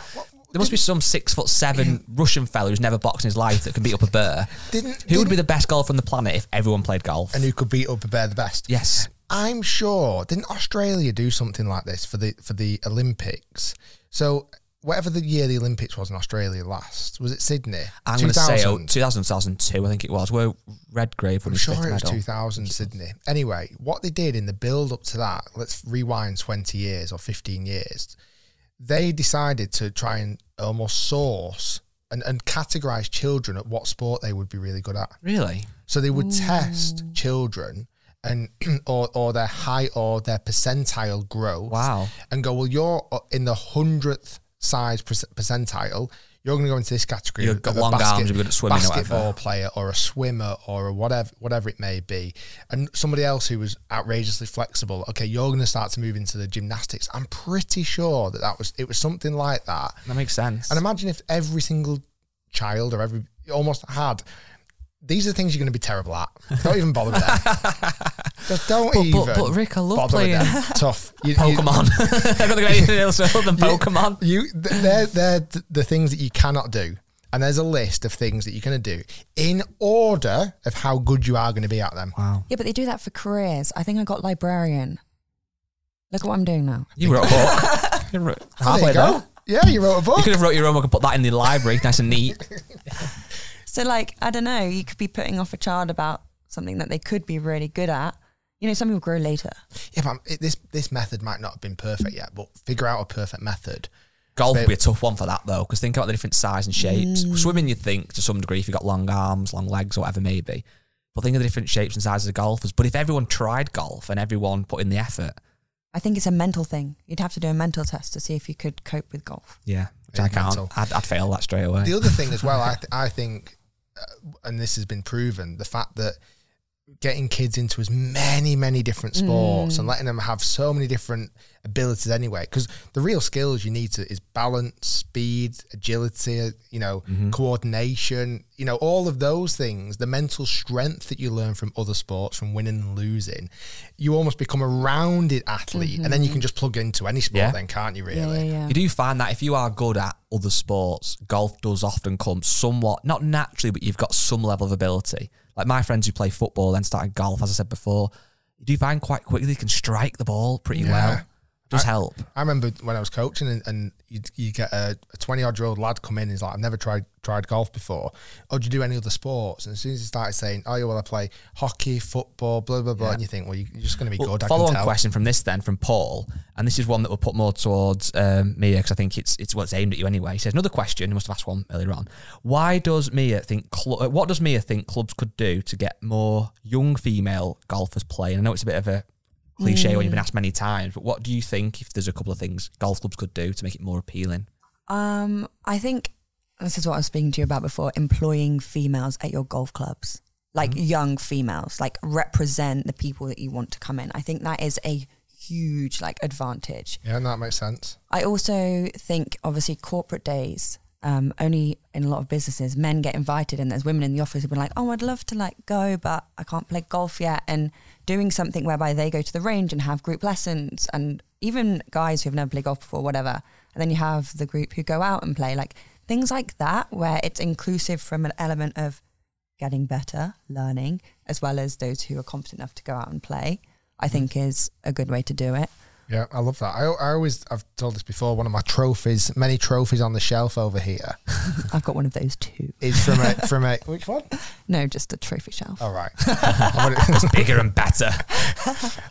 G: There must be some six foot seven Russian fella who's never boxed in his life that can beat up a bear.
D: Didn't-
G: Who would be
D: didn't-
G: the best golfer on the planet if everyone played golf?
D: And who could beat up a bear the best?
G: yes.
D: I'm sure. Didn't Australia do something like this for the for the Olympics? So whatever the year the Olympics was in Australia last, was it Sydney?
G: I'm going to say oh,
D: 2000?
G: 2000, 2002, I think it was. Where Redgrave won
D: I'm
G: his
D: sure
G: fifth
D: it was
G: medal.
D: 2000 Sydney. Anyway, what they did in the build up to that, let's rewind 20 years or 15 years, they decided to try and almost source and, and categorize children at what sport they would be really good at.
G: Really?
D: So they would test
G: Mm.
D: children and or, or their high or their percentile growth.
G: Wow.
D: And go, well, you're uh, in the hundredth size perc- percentile. You're going to go into this category.
G: You've
D: of
G: got
D: a
G: long arms, you're good at swimming or whatever.
D: Basketball player or a swimmer or a whatever whatever it may be, and somebody else who was outrageously flexible. Okay, you're going to start to move into the gymnastics. I'm pretty sure that that was it was something like that.
G: That makes sense.
D: And imagine if every single child or every almost had these are the things you're going to be terrible at. Don't even bother with them. Just don't
G: But-
D: even.
G: but- but Rick, I love
D: bother with
G: playing
D: them. tough You- you-
G: Pokemon. I've got to go anything else other than
D: you-
G: Pokemon.
D: You, they're they're th- the things that you cannot do. and there's a list of things that you're going to do in order of how good you are going to be at them.
G: Wow.
F: Yeah, but they do that for careers. I think I got librarian. Look at what I'm doing now.
G: You wrote a book. you wrote halfway
D: there you
G: there.
D: go. Yeah, you wrote a
G: You
D: book.
G: could have wrote your own book and put that in the library, nice and neat.
F: So, like, I don't know, you could be putting off a child about something that they could be really good at. You know, some people grow later.
D: Yeah, but I'm- it, this this method might not have been perfect yet, but figure out a perfect method.
G: Golf
D: Mate.
G: would be a tough one for that though, because think about the different size and shapes. Swimming, you'd think to some degree if you got long arms, long legs, or whatever maybe. But think of the different shapes and sizes of golfers. But if everyone tried golf and everyone put in the effort,
F: I think it's a mental thing. You'd have to do a mental test to see if you could cope with golf.
G: yeah, which I
D: It'd be
G: can't,
D: mental.
G: I'd, I'd fail that straight away.
D: The other thing as well, I th- I think, uh, and this has been proven, the fact that getting kids into as many many different
G: Mm.
D: sports and letting them have so many different abilities anyway, because the real skills you need to is balance, speed, agility, you know, coordination, you know, all of those things. The mental strength that you learn from other sports, from winning and losing, you almost become a rounded athlete, and then you can just plug into any sport.
G: Mm-hmm. Yeah.
D: Then can't you really?
G: You do find that if you are good at other sports, golf does often come somewhat, not naturally, but you've got some level of ability. Like my friends who play football then started golf, as I said before, you do find quite quickly they can strike the ball pretty well. does help.
D: I remember when I was coaching, and, and you'd, you get a twenty odd year old lad come in. And he's like, "I've never tried tried golf before. Oh, do you do any other sports?" And as soon as he started saying, "Oh yeah, well I play hockey, football, blah blah blah," and you think, "Well, you- you're just going to be
G: Well,
D: good."
G: Follow
D: I
G: on
D: can tell.
G: question from this then from Paul, and this is one that will put more towards um, Mia because I think it's it's what's aimed at you anyway. He says another question. He must have asked one earlier on. Why does Mia think? Cl- uh, what does Mia think clubs could do to get more young female golfers playing? I know it's a bit of a cliche when you've been
F: Hmm.
G: asked many times, but what do you think if there's a couple of things golf clubs could do to make it more appealing?
F: Um, I think this is what I was speaking to you about before employing females at your golf clubs, like
G: Mm-hmm.
F: young females, like represent the people that you want to come in. I think that is a huge like advantage.
D: Yeah, no, that makes sense.
F: I also think, obviously, corporate days. Um, only in a lot of businesses, men get invited, and there's women in the office who've been like, "Oh, I'd love to like go, but I can't play golf yet." And doing something whereby they go to the range and have group lessons, and even guys who've never played golf before, whatever. And then you have the group who go out and play, like things like that, where it's inclusive from an element of getting better, learning, as well as those who are competent enough to go out and play. I think is a good way to do it.
D: Yeah, I love that. I, I always I've told this before. One of my trophies, many trophies on the shelf over here,
F: I've got one of those too.
D: is from a from a which one?
F: No, just a trophy shelf.
D: All right. I want it-
G: Bigger and better.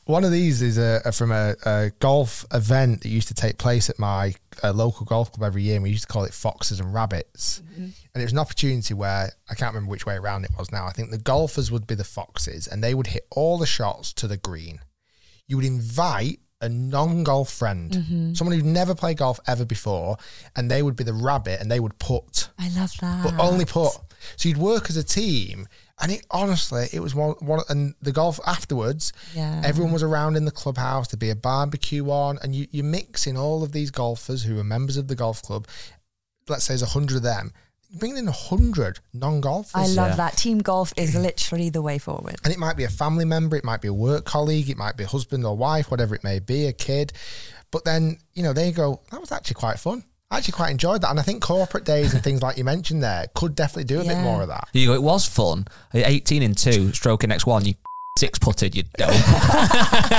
D: One of these is a, a- from a, a golf event that used to take place at my uh, local golf club every year, and we used to call it Foxes and Rabbits.
G: Mm-hmm.
D: And it was an opportunity where I can't remember which way around it was now. I think the golfers would be the foxes, and they would hit all the shots to the green. You would invite a non-golf friend,
G: Mm-hmm.
D: someone who'd never played golf ever before, and they would be the rabbit, and they would put
F: I love that.
D: but only put. So you'd work as a team, and it honestly, it was one. one and the golf afterwards,
F: Yeah.
D: everyone was around in the clubhouse. There'd be a barbecue on, and you, you're mixing all of these golfers who are members of the golf club. Let's say there's a hundred of them. Bring in a hundred non-golfers.
F: I love
G: Yeah.
F: that. Team golf is literally the way forward.
D: and it might be a family member, it might be a work colleague, it might be a husband or wife, whatever it may be, a kid. But then, you know, they go, that was actually quite fun. I actually quite enjoyed that. And I think corporate days and things like you mentioned there could definitely do a bit
F: Yeah.
D: more of that.
G: You go. It was fun. Eighteen and two, stroking next one. You six putted. You dope.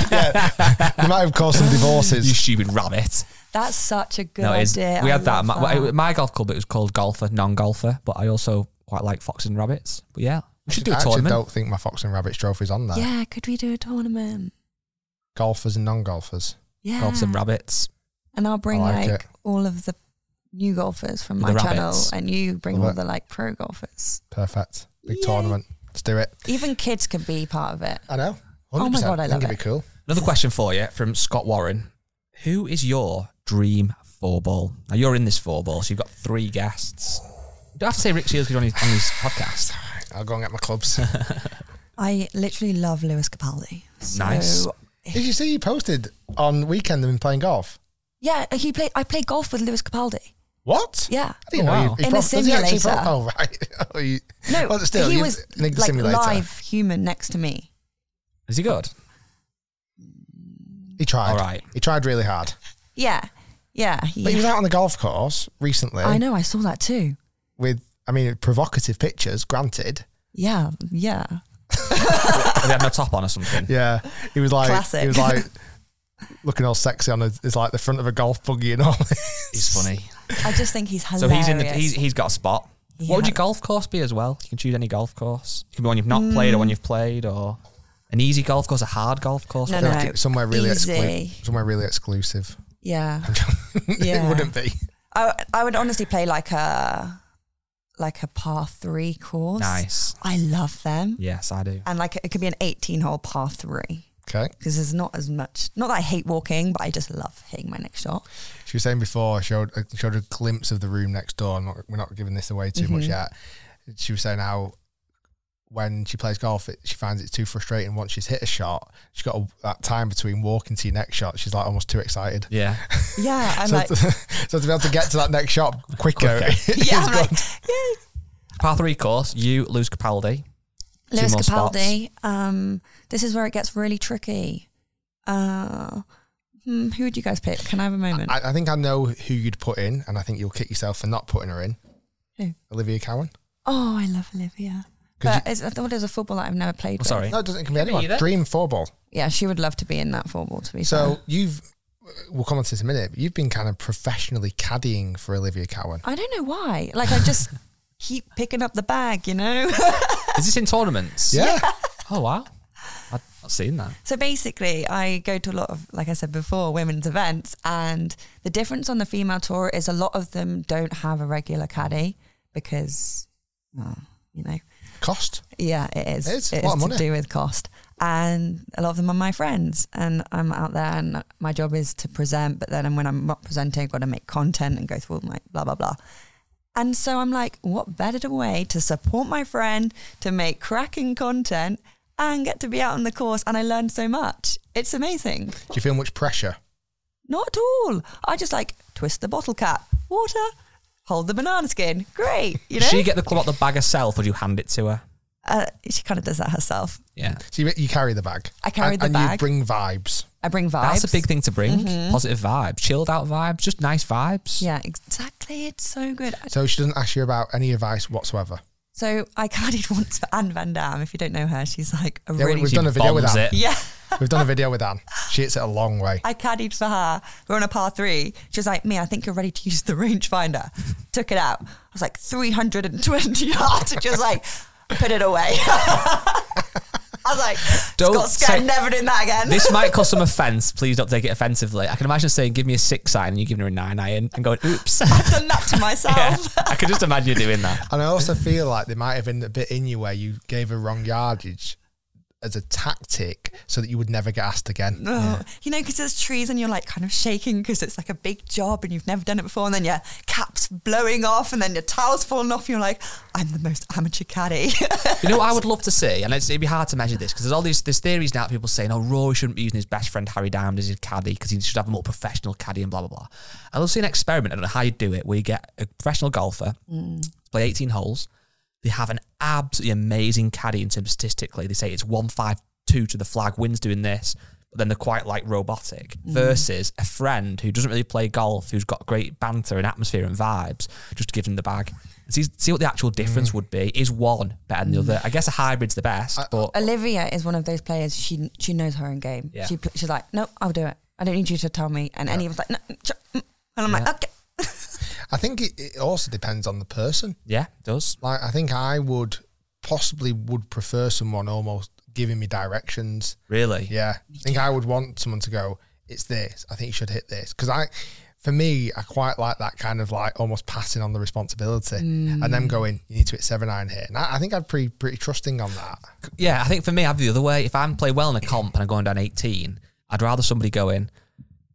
D: They might have caused some
G: you
D: divorces.
G: stupid rabbit.
F: That's such a good
G: No, it is.
F: idea.
G: We
F: I
G: had that.
F: love
G: at My, well, it- my golf club, it was called Golfer, Non Golfer, but I also quite like Fox and Rabbits. But yeah, we should do
D: I
G: a
D: actually
G: tournament.
D: don't think my Fox and Rabbits trophy's on there.
F: yeah, could we do a tournament?
D: Golfers and non-golfers.
F: Yeah.
G: Golfers and Rabbits.
F: And I'll bring
D: I like
F: like,
D: it.
F: all of the new golfers from
G: The
F: my channel
G: rabbits.
F: and you bring
D: Love
F: all
D: it.
F: the like pro golfers.
D: Perfect. Big
F: Yay.
D: tournament. Let's do it.
F: Even kids can be part of it.
D: I know. 100%.
F: Oh my God, I love
D: think it'd
F: it.
D: be cool.
G: Another question for you from Scott Warren Who is your dream four ball? Now, you're in this four ball, so you've got three guests. You don't have to say Rick Shields 'cause you're on his, on his podcast.
D: I'll go and get my clubs.
F: I literally love Lewis Capaldi. So
G: Nice.
D: Did you see he posted on weekend them playing golf?
F: Yeah, he played I played golf with Lewis Capaldi.
D: What?
F: Yeah.
D: I didn't
G: Oh,
D: know.
G: wow.
D: He, he
F: In a
D: prob- does he actually
F: simulator.
D: prob- oh right. Oh, you,
F: No,
D: well, still,
F: he
D: you-
F: was
D: in a
F: like
D: simulator.
F: live human next to me.
G: Is he good?
D: He tried.
G: All right.
D: He tried really hard.
F: Yeah. Yeah. He,
D: But he was out on the golf course recently
F: I know, I saw that too.
D: with I mean, provocative pictures, granted.
F: Yeah, yeah.
G: Have you had no top on or something?
D: Yeah, he was like,
F: Classic.
D: he was like looking all sexy on his, his like the front of a golf buggy and all.
G: He's funny.
F: I just think he's
G: So
F: hilarious.
G: he's in the he's, he's got a spot. What would
F: Yeah.
G: your golf course be as well? You can choose any golf course. It can be one you've not played or one you've played or an easy golf course, a hard golf course.
F: No,
D: I feel
F: no.
D: like it's somewhere really
F: Easy.
D: exclu- somewhere really exclusive.
F: yeah.
D: it
F: Yeah.
D: wouldn't be.
F: I I would honestly play like a like a par three course.
G: Nice.
F: I love them.
G: Yes, I do.
F: And like it could be an 18 hole par three
D: Okay.
F: because there's not as much. Not that I hate walking, but I just love hitting my next shot.
D: She was saying before, I showed I showed a glimpse of the room next door. I'm not, we're not giving this away too much
F: Mm-hmm.
D: yet. She was saying how when she plays golf, it, she finds it too frustrating. Once she's hit a shot, she's got a, that time between walking to your next shot. She's like almost too excited.
G: Yeah.
F: Yeah, I'm
D: so,
F: like,
D: to, so to be able to get to that next shot quicker,
F: yeah, I'm like, yeah.
G: Par three course, you lose Capaldi. Two
F: Lewis
G: more spots.
F: Capaldi. Um, this is where it gets really tricky. Uh, hmm, who would you guys pick? Can I have a moment?
D: I, I think I know who you'd put in, and I think you'll kick yourself for not putting her in.
F: Who?
D: Olivia Cowan.
F: oh, I love Olivia.
D: 'Cause
F: But it's, I thought it was a football that I've never
G: Oh,
F: played. with.
G: sorry.
D: No, it doesn't. It can be anyone.
G: either.
D: Dream four ball.
F: Yeah, she would love to be in that football. To be
D: So
F: fair.
D: you've. We'll come on to this in a minute. But you've been kind of professionally caddying for Olivia Cowan.
F: I don't know why. Like I just keep picking up the bag, you know.
G: Is this in tournaments?
D: Yeah.
G: Oh, wow. I've not seen that.
F: So basically, I go to a lot of, like I said before, women's events, and the difference on the female tour is a lot of them don't have a regular caddy because, well, you know,
D: Cost.
F: yeah, it is.
D: It is.
F: It
D: A lot
F: is
D: of
F: to
D: money.
F: do with cost, and a lot of them are my friends, and I'm out there, and my job is to present, but then when I'm not presenting, I've got to make content and go through all my blah blah blah. And so I'm like, what better way to support my friend, to make cracking content, and get to be out on the course? And I learned so much. It's amazing.
D: Do you feel much pressure?
F: Not at all. I just like twist the bottle cap, water, hold the banana skin. Great. You know?
G: Does she get the club out the bag herself or do you hand it to her?
F: uh, she kind of does that herself.
G: Yeah.
D: So you, you carry the bag.
F: I carry
D: and,
F: the
D: and you
F: bag.
D: bring vibes.
F: I bring vibes.
G: That's a big thing to bring. Positive vibes, chilled out vibes, just nice vibes.
F: Yeah, exactly. It's so good.
D: So she doesn't ask you about any advice whatsoever.
F: So I caddied once for Anne Van Dam. If you don't know her, she's like a
D: Yeah,
F: really.
D: we've done a video with
G: bombs
D: that.
G: it.
F: yeah.
D: We've done a video with Anne. She hits it a long way.
F: I caddied for her. We're on a par three. She was like, "Me, I think you're ready to use the rangefinder." Took it out. I was like 320 yards. And she was like, "Put it away." I was like,
G: Don't
F: "Don't Scott
G: say-
F: Scott, never doing that again."
G: This might cause some offence. Please don't take it offensively. I can imagine saying, "Give me a six sign," and you giving her a nine iron, and going, "Oops."
F: I've done that to myself.
G: Yeah, I can just imagine you doing that.
D: And I also feel like there might have been a bit in you where you gave her wrong yardage as a tactic so that you would never get asked again.
F: Oh, You know, because there's trees and you're like kind of shaking because it's like a big job and you've never done it before. And then your cap's blowing off and then your towel's falling off. And you're like, I'm the most amateur caddy.
G: You know what I would love to see, and it's, it'd be hard to measure this because there's all these there's theories now. People saying, "Oh, Rory shouldn't be using his best friend Harry Diamond as his caddy because he should have a more professional caddy and blah blah blah." I love seeing an experiment. I don't know how you do it. Where you get a professional golfer play 18 holes. They have an absolutely amazing caddy in terms of statistically. They say it's one five two to the flag. Wins doing this. But then they're quite like robotic versus a friend who doesn't really play golf, who's got great banter and atmosphere and vibes, just to give them the bag. See, see what the actual difference would be. Is one better than the other? I guess a hybrid's the best, but
F: Olivia is one of those players. She she knows her own game.
G: Yeah.
F: She pl- she's like, no, I'll do it. I don't need you to tell me. And Annie was like, no, mm, ch- mm." and I'm like, okay.
D: I think it, it also depends on the person.
G: yeah, it does.
D: Like I think I would possibly would prefer someone almost giving me directions
G: Really?
D: Yeah, I think I would want someone to go. It's this. I think you should hit this because I, for me, I quite like that kind of like almost passing on the responsibility and them going. You need to hit seven iron here, and I, I think I'd pretty pretty trusting on that.
G: Yeah, I think for me, I'd be the other way. If I'm playing well in a comp and I'm going down 18, I'd rather somebody go in,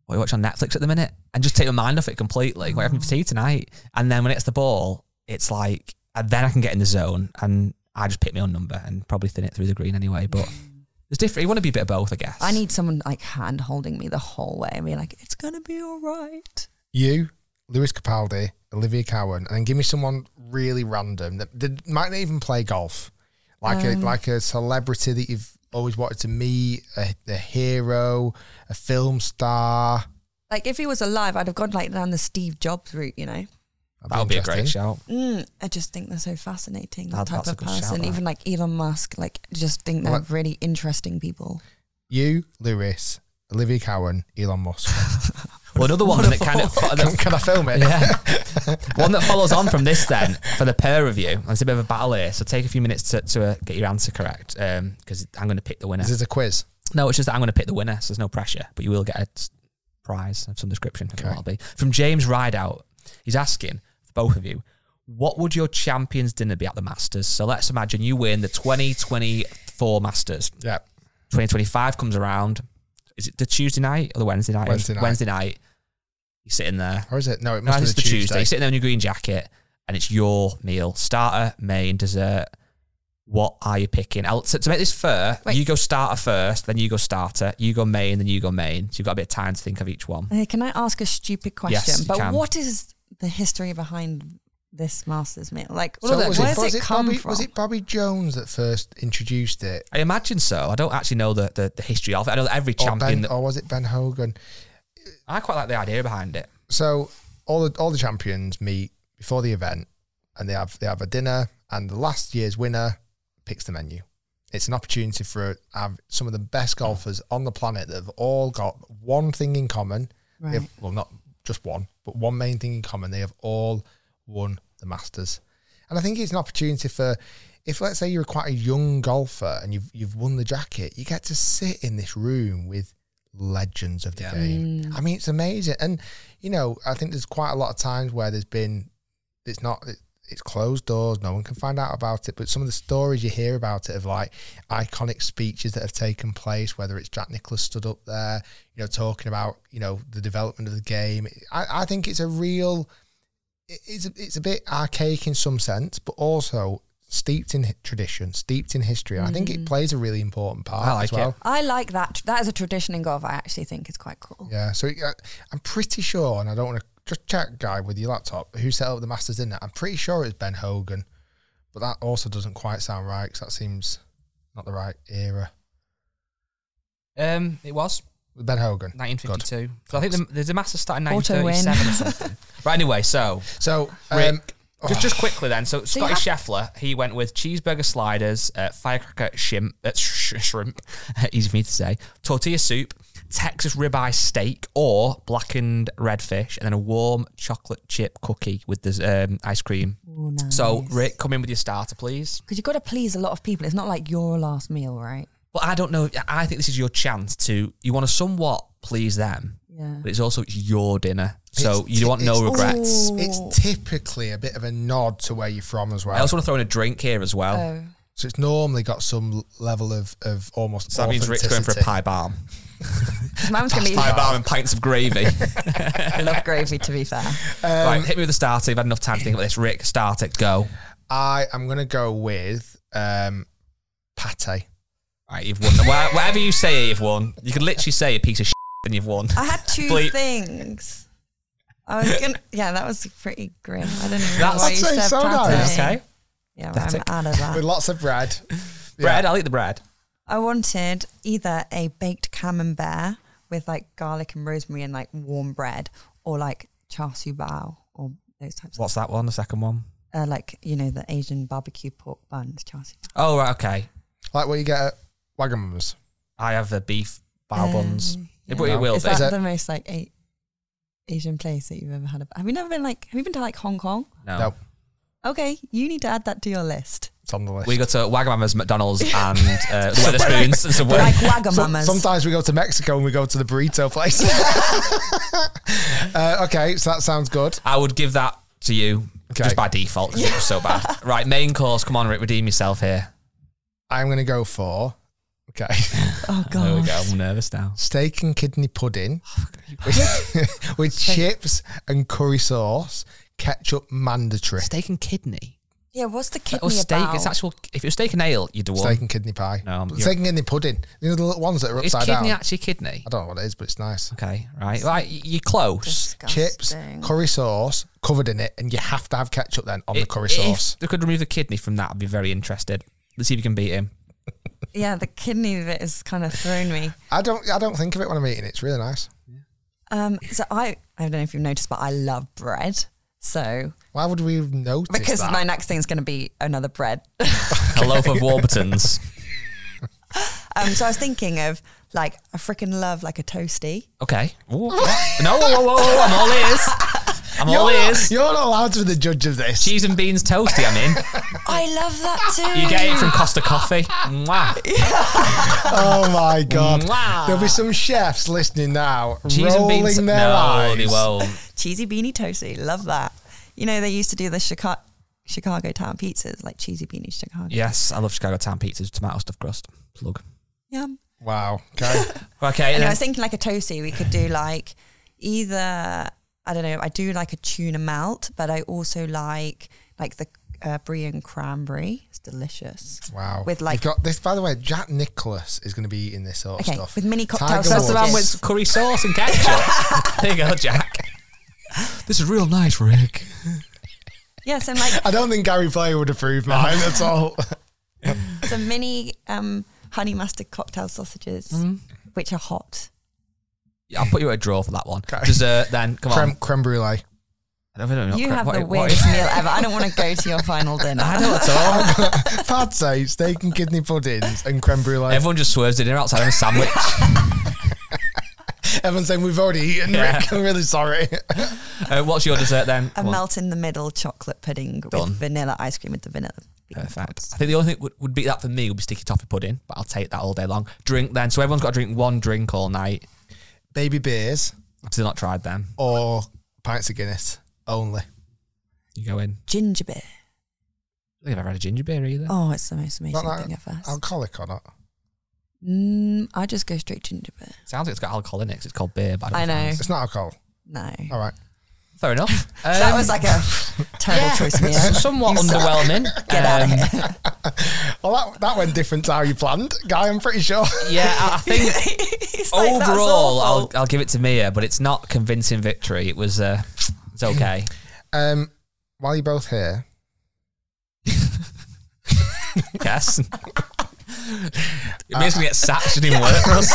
G: what you watch on Netflix at the minute, and just take my mind off it completely. What you having for tea tonight? And then when it's the ball, it's like, and then I can get in the zone and I just pick my own number and probably thin it through the green anyway. But it's different. You want to be a bit of both, I guess.
F: I need someone like hand holding me the whole way and being like, it's gonna be all right.
D: You, Lewis Capaldi, Olivia Cowan, and then give me someone really random that, that might not even play golf, like
F: Um.
D: a like a celebrity that you've always wanted to meet, a, a hero, a film star.
F: Like if he was alive, I'd have gone like down the Steve Jobs route, you know.
D: That'd
G: That would be a great
D: interesting.
G: shout.
F: Mm, I just think they're so fascinating. The
G: That-
F: type
G: that's a
F: of
G: good shout,
F: person,
G: that.
F: even like Elon Musk, like just think they're
D: What-
F: really interesting people.
D: You, Lewis, Olivia Cowan, Elon Musk.
G: Well, another one that kind of
D: can, can I film it?
G: Yeah. One that follows on from this, then, for the pair of you. And it's a bit of a battle here. So take a few minutes to, to uh, get your answer correct because I'm going to pick the winner.
D: This is a quiz.
G: no, it's just that I'm going to pick the winner. So there's no pressure, but you will get a s- prize of some description. I don't know what it'll be. From James Rideout. He's asking, for both of you, what would your champions dinner be at the Masters? So let's imagine you win the 2024 Masters.
D: Yeah.
G: 2025 comes around. Is it the Tuesday night or the Wednesday night?
D: Wednesday night.
G: Wednesday night. You're sitting there.
D: Or is it? No, it
G: No,
D: must
G: it's the
D: be
G: Tuesday. You're
D: Tuesday.
G: sitting there in your green jacket, and it's your meal: starter, main, dessert. What are you picking? I'll, to, to make this fair,
F: Wait.
G: you go starter first, then you go starter, you go main, then you go main. So you've got a bit of time to think of each one.
F: Okay, can I ask a stupid question?
G: you
F: but
G: can.
F: what is the history behind this master's meal? Like,
D: So
F: where
D: was
F: does
D: was
F: it, come
D: Bobby,
F: from?
D: Was it Bobby Jones that first introduced it?
G: I imagine so. I don't actually know the, the, the history of it. I know that every
D: Or,
G: champion.
D: ben,
G: that,
D: or was it Ben Hogan?
G: I quite like the idea behind it.
D: so all the all the champions meet before the event and they have they have a dinner and the last year's winner picks the menu. It's an opportunity for have some of the best golfers on the planet that have all got one thing in common. They have-
F: Right.
D: well, not just one, but one main thing in common. They have all won the Masters, and I think it's an opportunity for if let's say you're quite a young golfer and you've you've won the jacket, you get to sit in this room with legends of the game. I mean, it's amazing. And, you know, I think there's quite a lot of times where there's been, it's not, it, it's closed doors, no one can find out about it. But some of the stories you hear about it of like iconic speeches that have taken place, whether it's Jack Nicholas stood up there, you know, talking about, you know, the development of the game. I, I think it's a real, it- it's a, it's a bit archaic in some sense, but also steeped in hi- tradition, steeped in history. And I think it plays a really important part
G: I like
D: as well.
G: it.
F: I like that. That is a tradition in golf. I actually think is quite cool.
D: Yeah, so uh, I'm pretty sure, and I don't want to just check, guy, with your laptop, who set up the Masters Dinner. I'm pretty sure it's Ben Hogan, but that also doesn't quite sound right because that seems not the right era.
G: Um, it was
D: Ben Hogan, good.
G: 1952. So I think the, there's a master start in
F: Auto win.
G: 1937 or something. right, anyway, so
D: So, um,
G: Rick, just, just quickly then. So,
F: So you
G: Scotty Scheffler, he went with cheeseburger sliders, uh, firecracker shrimp, uh, sh- shrimp, easy for me to say, tortilla soup, Texas ribeye steak, or blackened redfish, and then a warm chocolate chip cookie with this um, ice cream. So, Rick, come in with your starter, please.
F: because you've got to please a lot of people. It's not like your last meal, right?
G: But I don't know. I think this is your chance to. You want to somewhat please them,
F: Yeah.
G: but it's also it's your dinner, so
D: It's-
G: you want no
D: it's-
G: regrets.
D: it's typically a bit of a nod to where you're from as
G: I
D: well.
G: also want to throw in a drink here as well.
F: Oh,
D: so it's normally got some level of, of almost
G: So that means Rick's going for a
D: authenticity.
G: pie barm.
F: His mum's gonna be
G: Pie barm and pints of gravy.
F: love gravy. To be fair,
G: right, hit me with the starter. You've had enough time to think about this. Rick, start it, go.
D: I am going to go with um, pate.
G: All right, you've won. Wha- Whatever you say, you've won. You could literally say a piece of shit and you've won.
F: I had two
G: Bleep.
F: things. I was gonna. Yeah, that was pretty grim. I don't know
G: That's-
F: why you
D: I'd say
F: said
D: so,
F: pate.
D: though.
G: Okay.
F: Yeah,
G: That's
F: I'm
G: it.
F: out of
D: With
F: that.
D: lots of bread.
G: Bread, I'll eat the bread.
F: I wanted either a baked camembert with like garlic and rosemary and like warm bread, or like char siu bao or those types.
G: What's that one? The second one?
F: Of, uh, like you know the Asian barbecue pork buns, char siu. bao.
G: Oh, right, okay.
D: Like what you get at Wagamama's.
G: I have the beef bao buns.
F: Um,
G: It- but it will
F: Is
G: be.
F: that
D: that-
F: the most like a- Asian place that you've ever had? a- Have you never been like? Have you been to like Hong Kong?
G: No.
D: No,
F: Okay, you need to add that to your list.
D: it's on the list.
G: We go to Wagamama's, McDonald's, and uh, the Wetherspoons. and some
F: Like
D: Some-
F: Wagamamas.
D: sometimes we go to Mexico and we go to the burrito place. uh, okay, so that sounds good.
G: I would give that to you
D: Okay.
G: just by default 'cause it was so bad. Right, main course. Come on, Rick, redeem yourself here.
D: I'm going to go for okay
F: oh god.
G: There we go. I'm nervous now.
D: steak and kidney pudding
F: Oh,
D: with, with chips and curry sauce, ketchup mandatory,
G: Steak and kidney.
F: Yeah, what's the kidney
G: Or steak.
F: about?
G: It's actual. If it was steak and ale, you'd have won.
D: steak and kidney pie,
G: No, I'm-
D: But steak and kidney pudding. You know the little ones that are
G: Is
D: upside
G: kidney
D: down.
G: actually kidney?
D: I don't know what it is, but it's nice.
G: Okay, right. Right, y- you're close.
D: Chips,
F: Disgusting.
D: curry sauce covered in it, and you have to have ketchup then on the
G: If-
D: curry sauce.
G: If they could remove the kidney from that, I'd be very interested. Let's see if you can beat him.
F: Yeah, the kidney bit has kind of thrown me.
D: I don't, I don't think of it when I'm eating. it. It's really nice.
F: Um, so I, I don't know if you've noticed, but I love bread. So
D: Why would we have noticed
F: because
D: that?
F: my next thing's going to be another bread.
G: A loaf of Warburtons.
F: um, so I was thinking of like I freaking love like a toasty.
G: Okay. Ooh, what? no, whoa, whoa, whoa, whoa, I'm all ears. I'm all
D: you're,
G: ears.
D: not, you're not allowed to be the judge of this.
G: Cheese and beans toasty, I'm in.
F: I love that too.
G: You get it from Costa Coffee. Mwah.
D: Oh my god!
G: Mwah.
D: There'll be some chefs listening now,
G: Cheese and
D: rolling
G: beans.
D: their
G: no,
D: eyes.
G: they won't.
F: cheesy beanie toasty. Love that. You know they used to do the Chicago Chicago town pizzas like cheesy beanie Chicago.
G: Yes, I love Chicago Town pizzas, tomato stuffed crust. Plug.
F: Yum.
D: Wow. Okay.
G: Okay, and
F: And I
G: then,
F: was thinking like a toasty, we could do like either I don't know. I do like a tuna melt, but I also like like the uh, brie and cranberry. It's delicious.
D: Wow.
F: With like
D: You've got this. By the way, Jack Nicholas is going to be eating this sort of
F: Okay,
D: stuff
F: with mini cocktail
D: Tiger
G: that's
F: sausages.
G: the one
D: Woods.
G: with curry sauce and ketchup. there you go, Jack. This is real nice, Rick.
F: yes, and like
D: I don't think Gary Player would approve mine at all.
F: some mini um, honey mustard cocktail sausages,
G: Mm-hmm.
F: which are hot.
G: I'll put you at a draw for that one.
D: Okay.
G: Dessert, then come
D: creme,
G: on.
D: creme brulee.
G: I don't, I don't know
F: you
G: creme-
F: have
G: what-
F: the
G: what-
F: weirdest meal ever. I don't want to go to your final dinner.
G: I don't at all.
D: Fad say steak and kidney puddings and creme brulee. Everyone,
G: Everyone just swerves dinner outside on a sandwich.
D: Everyone's saying we've already eaten.
G: Yeah.
D: Rick, I'm really sorry.
G: uh, what's your dessert then?
F: A
G: Come on.
F: melt in the middle chocolate pudding
G: Done.
F: with vanilla ice cream with the vanilla. bean
G: Perfect.
F: pods.
G: I think the only thing would, would be that for me would be sticky toffee pudding, but I'll take that all day long. Drink then. So everyone's got to drink one drink all night.
D: Baby beers
G: I've still not tried them.
D: or pints of Guinness only.
G: You go in.
F: Ginger beer.
G: I don't think I've ever had a ginger beer either.
F: Oh, it's the most amazing
D: Not that
F: thing ever.
D: alcoholic or not?
F: Mm, I just go straight ginger beer.
G: Sounds like it's got alcohol in it 'cause it's called beer. But I,
F: I
G: don't
F: know.
G: think
D: It's not alcohol.
G: Um,
F: No.
D: All right.
G: it's- Fair enough.
F: that
G: Um,
F: was like a terrible choice meal.
G: s- somewhat underwhelming. Um,
F: Get out of here.
D: Well, that, that went different to how you planned, Guy. I'm pretty sure.
G: Yeah, I I think
F: He's like, "That's
G: overall I'll,
F: awful."
G: I'll give it to Mia, but it's not convincing victory. It was uh, it's okay.
D: Um, while you're both here,
G: yes. It makes me get sacked in work for us.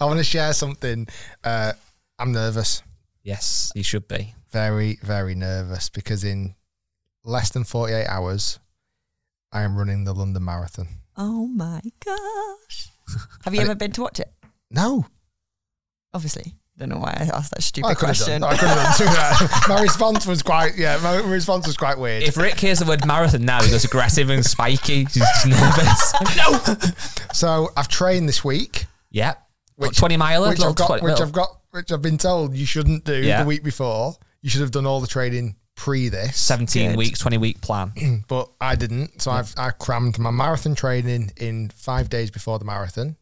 D: I want to share something. Uh, I'm nervous,
G: Yes, you should be.
D: very, very nervous, because in less than 48 hours, I am running the London Marathon.
F: oh my gosh. Have you
D: And
F: ever been to watch it?
D: No,
F: Obviously. Don't know why I asked that stupid
D: I couldn't have
F: question.
D: done. I couldn't have done that. My response was quite, yeah, my response was quite weird.
G: If Rick hears the word marathon now, he goes aggressive and spiky. He's just nervous. no.
D: so I've trained this week,
G: Yep.
D: Which-
G: twenty miler.
D: which I've got,
G: Little twen-
D: which
G: little-
D: I've got, which I've been told you shouldn't do
G: Yeah.
D: the week before. You should have done all the training pre this.
G: Seventeen
F: Good.
G: weeks, twenty week plan.
D: but I didn't. So I've I crammed my marathon training in five days before the marathon.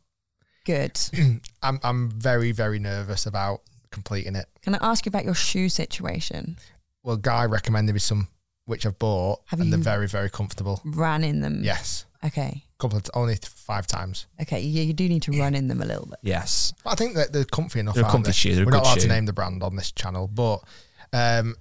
F: Good.
D: I'm I'm very very nervous about completing it.
F: Can I ask you about your shoe situation?
D: Well, Guy recommended me some which I've bought,
F: Have
D: and they're
F: you- Mm.
D: very very comfortable.
F: Ran in them.
D: Yes,
F: Okay.
D: couple of, only th- five times.
F: Okay. Yeah, you do need to run in them a little bit.
G: Yes.
D: But I think that they're comfy enough.
G: They're a
D: aren't
G: comfy
D: they?
G: shoe, they're a
D: We're not
G: good
D: allowed
G: shoe.
D: to name the brand on this channel, but um,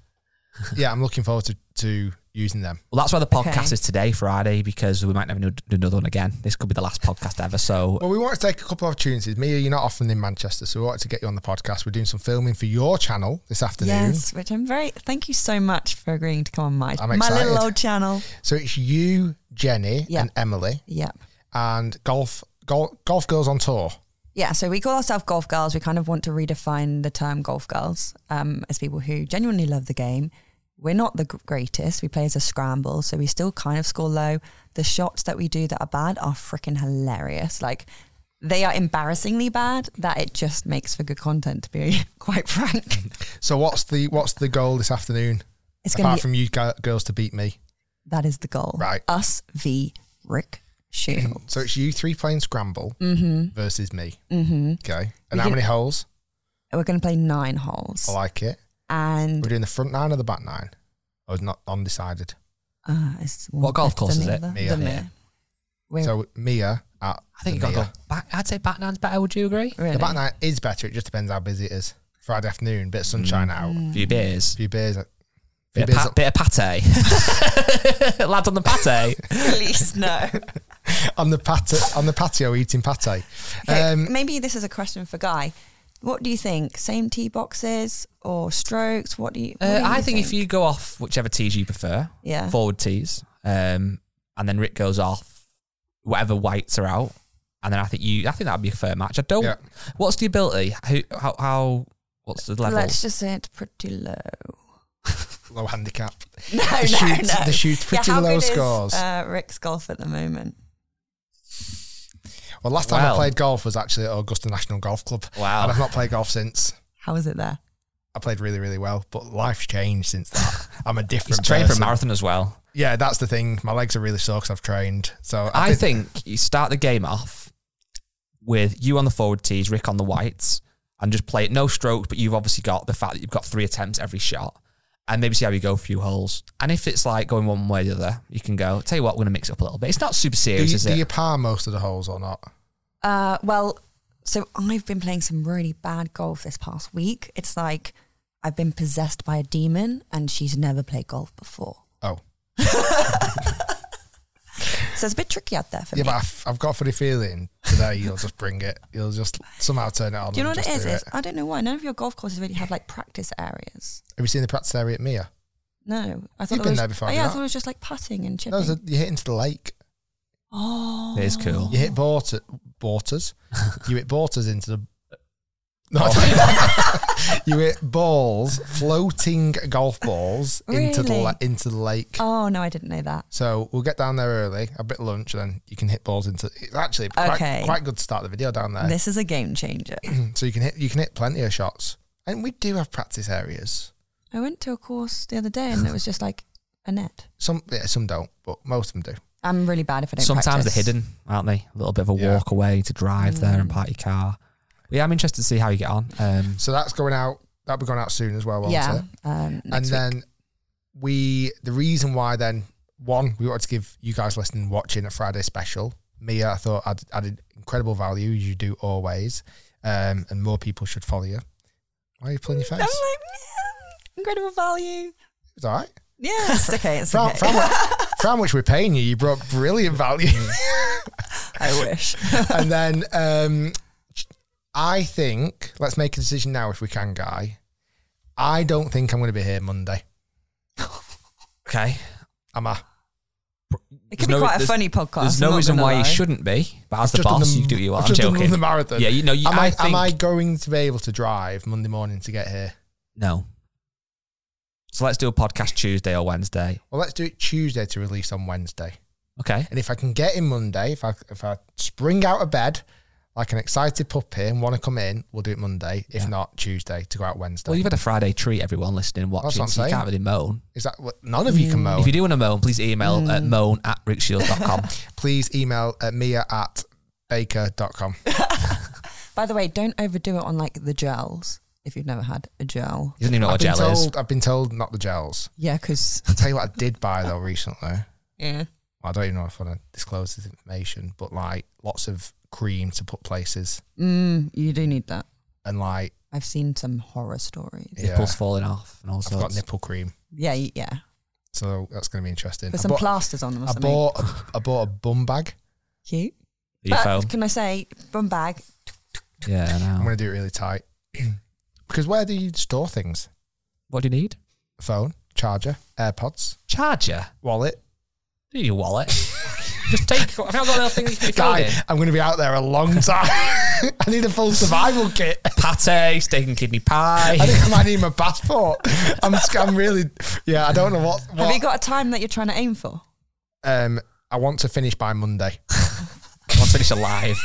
D: yeah, I'm looking forward to to using them.
G: Well, that's why the podcast
F: Okay.
G: is today, Friday, because we might never do do another one again. This could be the last podcast ever. So
D: Well, we want to take a couple of opportunities. Mia, you're not often in Manchester, so we wanted to get you on the podcast. We're doing some filming for your channel this afternoon.
F: Yes, which I'm very. Thank you so much for agreeing to come on my
D: I'm
F: my little
D: excited.
F: old channel.
D: So it's you, Jenny,
F: Yeah.
D: and Emily,
F: Yep.
D: and golf golf golf girls on tour.
F: Yeah, so we call ourselves golf girls. We kind of want to redefine the term golf girls um, as people who genuinely love the game. We're not the gr- greatest. We play as a scramble, so we still kind of score low. The shots that we do that are bad are freaking hilarious. Like they are embarrassingly bad that it just makes for good content. To be quite frank,
D: So what's the what's the goal this afternoon?
F: it's going
D: Apart
F: to be
D: from you gu- girls to beat me,
F: that is the goal.
D: Right.
F: us v Rick Shield.
D: so it's you three playing scramble versus me.
F: hmm
D: Okay,
F: Mm-hmm. We
D: and how
F: can-
D: many holes?
F: We're going to play nine holes,
D: Oh, I like it.
F: and
D: We're doing the front nine or the back nine. I was not undecided.
F: uh, it's one
G: What golf
F: better
G: course
F: than
G: is
F: the
G: it?
F: other.
D: Mia.
F: The
G: Yeah.
F: Mia. We're-
D: So Mia at
G: I think you
D: the
G: got to
D: Mia.
G: go back. I'd say back nine's better. Would you agree?
F: really.
D: The back nine is better. It just depends how busy it is. Friday afternoon, bit of sunshine out,
F: Mm.
G: A few beers.
D: a few beers. a few
G: Bit of,
D: beers
G: pa-
D: up-
G: bit of pate. Lad on the pate.
F: Please no.
D: on the patio on the patio eating pate.
F: Okay,
D: Um,
F: maybe this is a question for Guy. What do you think? Same tee boxes or strokes? What do you? what
G: Uh,
F: do
G: I think, if you go off whichever tees you prefer,
F: Yeah.
G: forward tees, um, and then Rick goes off whatever whites are out, and then I think you, I think that'd be a fair match. I don't.
D: Yeah.
G: What's the ability? Who? How? how what's the level?
F: let's just say it's pretty low.
D: Low handicap.
F: No,
D: The shoot- the shoot pretty
F: how
D: low
F: good is,
D: scores.
F: uh, Rick's golf at the moment.
D: Well, last time I
G: Well.
D: played golf was actually at Augusta National Golf Club.
G: Wow.
D: And I've not played golf since.
F: How is it there?
D: I played really, really well, but life's changed since that. I'm a different
G: He's trained for a
D: person.
G: marathon as well.
D: Yeah, that's the thing. My legs are really sore because I've trained. So
G: I think you start the game off with you on the forward tees, Rick on the whites, and just play it no strokes, but you've obviously got the fact that you've got three attempts every shot. And maybe see how you go a few holes. And if it's like going one way or the other, you can go, tell you what, we're going to mix it up a little bit. It's not super
D: do
G: serious,
D: you,
G: is
D: do
G: it?
D: you par most of the holes or not?
F: Uh, well, so I've been playing some really bad golf this past week. It's like I've been possessed by a demon, and she's never played golf before.
D: Oh,
F: So it's a bit tricky out there for
D: yeah,
F: me.
D: but I've, I've got a funny feeling today you'll just bring it. You'll just somehow turn it on.
F: do you know
D: and
F: what it
D: just
F: is?
D: do
F: It's- I don't know why none of your golf courses really have like practice areas.
D: Have you seen the practice area at Mia?
F: No, I
D: You've
F: thought it
D: been
F: was,
D: there before,
F: oh,
D: have
F: yeah,
D: you
F: I
D: not?
F: thought it was just like putting and chipping.
D: No, there's a- you hit into the lake.
F: oh,
G: It is cool.
D: You hit border, borders. you hit borders into the. No, I don't- you hit balls, floating golf balls into the la-
F: Really?
D: into the lake.
F: Oh no, I didn't know that.
D: So we'll get down there early, have a bit of lunch, and then you can hit balls into. It's actually quite,
F: Okay.
D: quite good to start the video down there.
F: This is a game changer.
D: so you can hit you can hit plenty of shots, and we do have practice areas.
F: I went to a course the other day and it was just like a net.
D: Some yeah, some don't, but most of them do.
F: I'm really bad if I don't.
G: Sometimes
F: practice. Mm.
G: they're hidden, aren't they? A little bit of a
D: Yeah.
G: walk away to drive there and park your car. Yeah, I'm interested to see how you get on. Um,
D: So that's going out. That'll be going out soon as well, won't
F: Yeah.
D: it?
G: eh?
F: Um,
D: and
F: next week.
D: then we the reason why then one we wanted to give you guys listening and watching a Friday special. Mia, I thought added, added incredible value as you do always, um, and more people should follow you. Why are you pulling your face?
F: I'm like, "Yeah, incredible value.
D: It's all right.
F: Yeah, it's okay. It's
D: From,
F: okay.
D: from, whi- from which we're paying you, you brought brilliant value.
F: I wish.
D: and then um, I think let's make a decision now if we can, guy. I don't think I'm going to be here Monday.
G: okay.
D: Am I?
F: It
G: There's
F: could be
G: no-
F: quite a
G: there's-
F: funny podcast.
G: There's
F: I'm
G: no
F: not
G: reason
F: gonna
G: why
F: lie.
G: you shouldn't be, but as
D: I've
G: the
D: just done
G: boss,
D: the-
G: you do what you
D: I've
G: want. I'm
D: just done
G: joking.
D: the marathon.
G: Yeah, you know, you,
D: am, I,
G: I,
D: am
G: think
D: I going to be able to drive Monday morning to get here?
G: no. So let's do a podcast Tuesday or Wednesday.
D: Well, let's do it Tuesday to release on Wednesday.
G: Okay.
D: And if I can get in Monday, if I if I spring out of bed like an excited puppy and want to come in, we'll do it Monday. If not, Tuesday to go out Wednesday.
G: Well, you've had a Friday treat, everyone listening, watching,
D: what I'm
G: so you
D: saying.
G: can't really moan.
D: Is that what, none of you can moan? Mm.
G: If you do want to moan, please email at moan at rickshields.com.
D: Please email at mia at baker.com.
F: By the way, don't overdo it on like the gels. If you've never had a gel,
G: you don't even know
D: I've
G: what a
D: been
G: gel is.
D: told I've been told not the gels.
F: yeah, because
D: I'll tell you what I did buy though recently.
F: yeah,
D: I don't even know if I want to disclose this information, but like lots of cream to put places
F: mm, you do need that.
D: and like
F: I've seen some horror stories.
D: Yeah.
G: Nipples falling off and all
D: I've got
G: sorts.
D: nipple cream.
F: Yeah, y- yeah,
D: So that's going to be interesting.
F: with
D: I
F: some
D: bought-
F: plasters on them. Or
D: I
F: something.
D: bought I bought a bum bag.
F: cute.
G: Your
F: but
G: phone.
F: can I say bum bag?
G: Yeah, I
D: I'm
G: know.
D: going to do it really tight. because where do you store things?
G: What do you need?
D: Phone, charger, AirPods,
G: Charger.
D: wallet.
G: Do you need your wallet? Just take. I've not got another thing that you can
D: Guy,
G: Guy.
D: I'm going to be out there a long time. I need a full survival kit.
G: Pate, steak and kidney pie.
D: I think I might need my passport. I'm, sc- I'm really, yeah, I don't know what. what
F: Have you got a time that you're trying to aim for?
D: um, I want to finish by Monday.
G: I want to finish alive.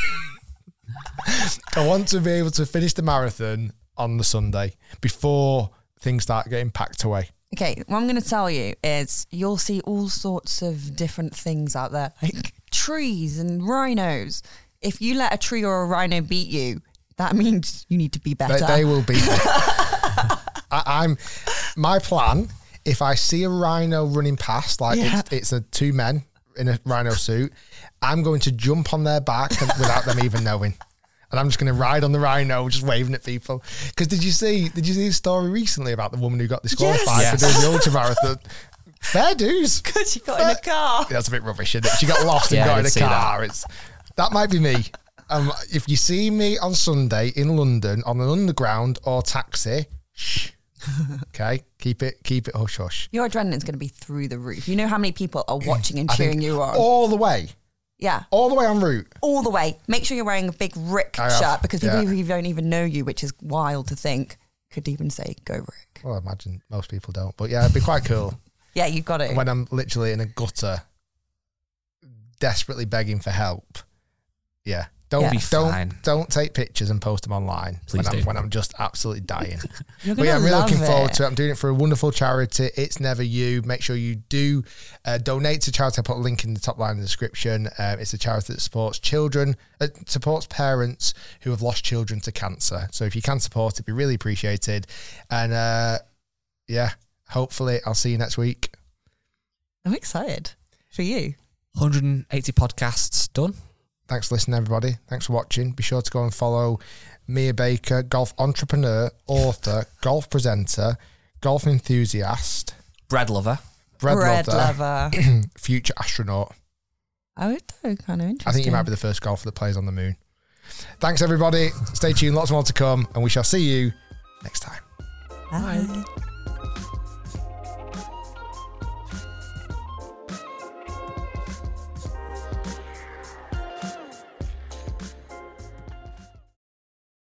D: I want to be able to finish the marathon on the Sunday before things start getting packed away.
F: Okay, what I'm going to tell you is you'll see all sorts of different things out there, like trees and rhinos. If you let a tree or a rhino beat you, that means you need to be
D: They,
F: better.
D: they will be. I, I'm my plan. If I see a rhino running past, like it's, it's a two men in a rhino suit, I'm going to jump on their back and- without them even knowing, and I'm just going to ride on the rhino, just waving at people. Because did you see? Did you see the story recently about the woman who got disqualified
G: Yes.
D: for doing the ultra marathon? Fair dues.
F: Because she got in a car.
D: That's a bit rubbish, isn't it? She got lost
G: Yeah, I did
D: and got in
G: see
D: a car. It's that might be me. Um, if you see me on Sunday in London on an underground or taxi, shh. Okay, keep it, keep it hush hush.
F: Your adrenaline's going to be through the roof. You know how many people are watching and
D: I think
F: cheering you on.
D: all the way,
F: yeah.
D: all the way en route.
F: All the way. Make sure you're wearing a big Rick
D: I have,
F: shirt because people
D: yeah.
F: who don't even know you, which is wild to think, could even say, go Rick.
D: Well, I imagine most people don't, but yeah, it'd be quite cool
F: Yeah, you got it.
D: when I'm literally in a gutter, desperately begging for help. Yeah, don't
F: Yeah. Be
D: don't
G: fine.
D: don't take pictures and post them online
G: Please
D: when I'm
G: do.
D: when I'm just absolutely dying.
F: You're
D: But
F: gonna
D: yeah, I'm really
F: love
D: looking forward
F: it.
D: to it. I'm doing it for a wonderful charity. It's never you. Make sure you do uh, donate to charity. I put a link in the top line of the description. Uh, it's a charity that supports children, uh, supports parents who have lost children to cancer. So if you can support, it'd be really appreciated. And uh, yeah, hopefully I'll see you next week.
F: I'm excited for you.
G: 180 podcasts done.
D: Thanks for listening, everybody. Thanks for watching. Be sure to go and follow Mia Baker, golf entrepreneur, author, golf presenter, golf enthusiast,
G: Bread lover.
D: bread,
F: Bread
D: lover.
F: lover.
D: future astronaut.
F: oh, it's so kind of interesting.
D: I think you might be the first golfer that plays on the moon. Thanks, everybody. Stay tuned. Lots more to come, and we shall see you next time.
F: Bye.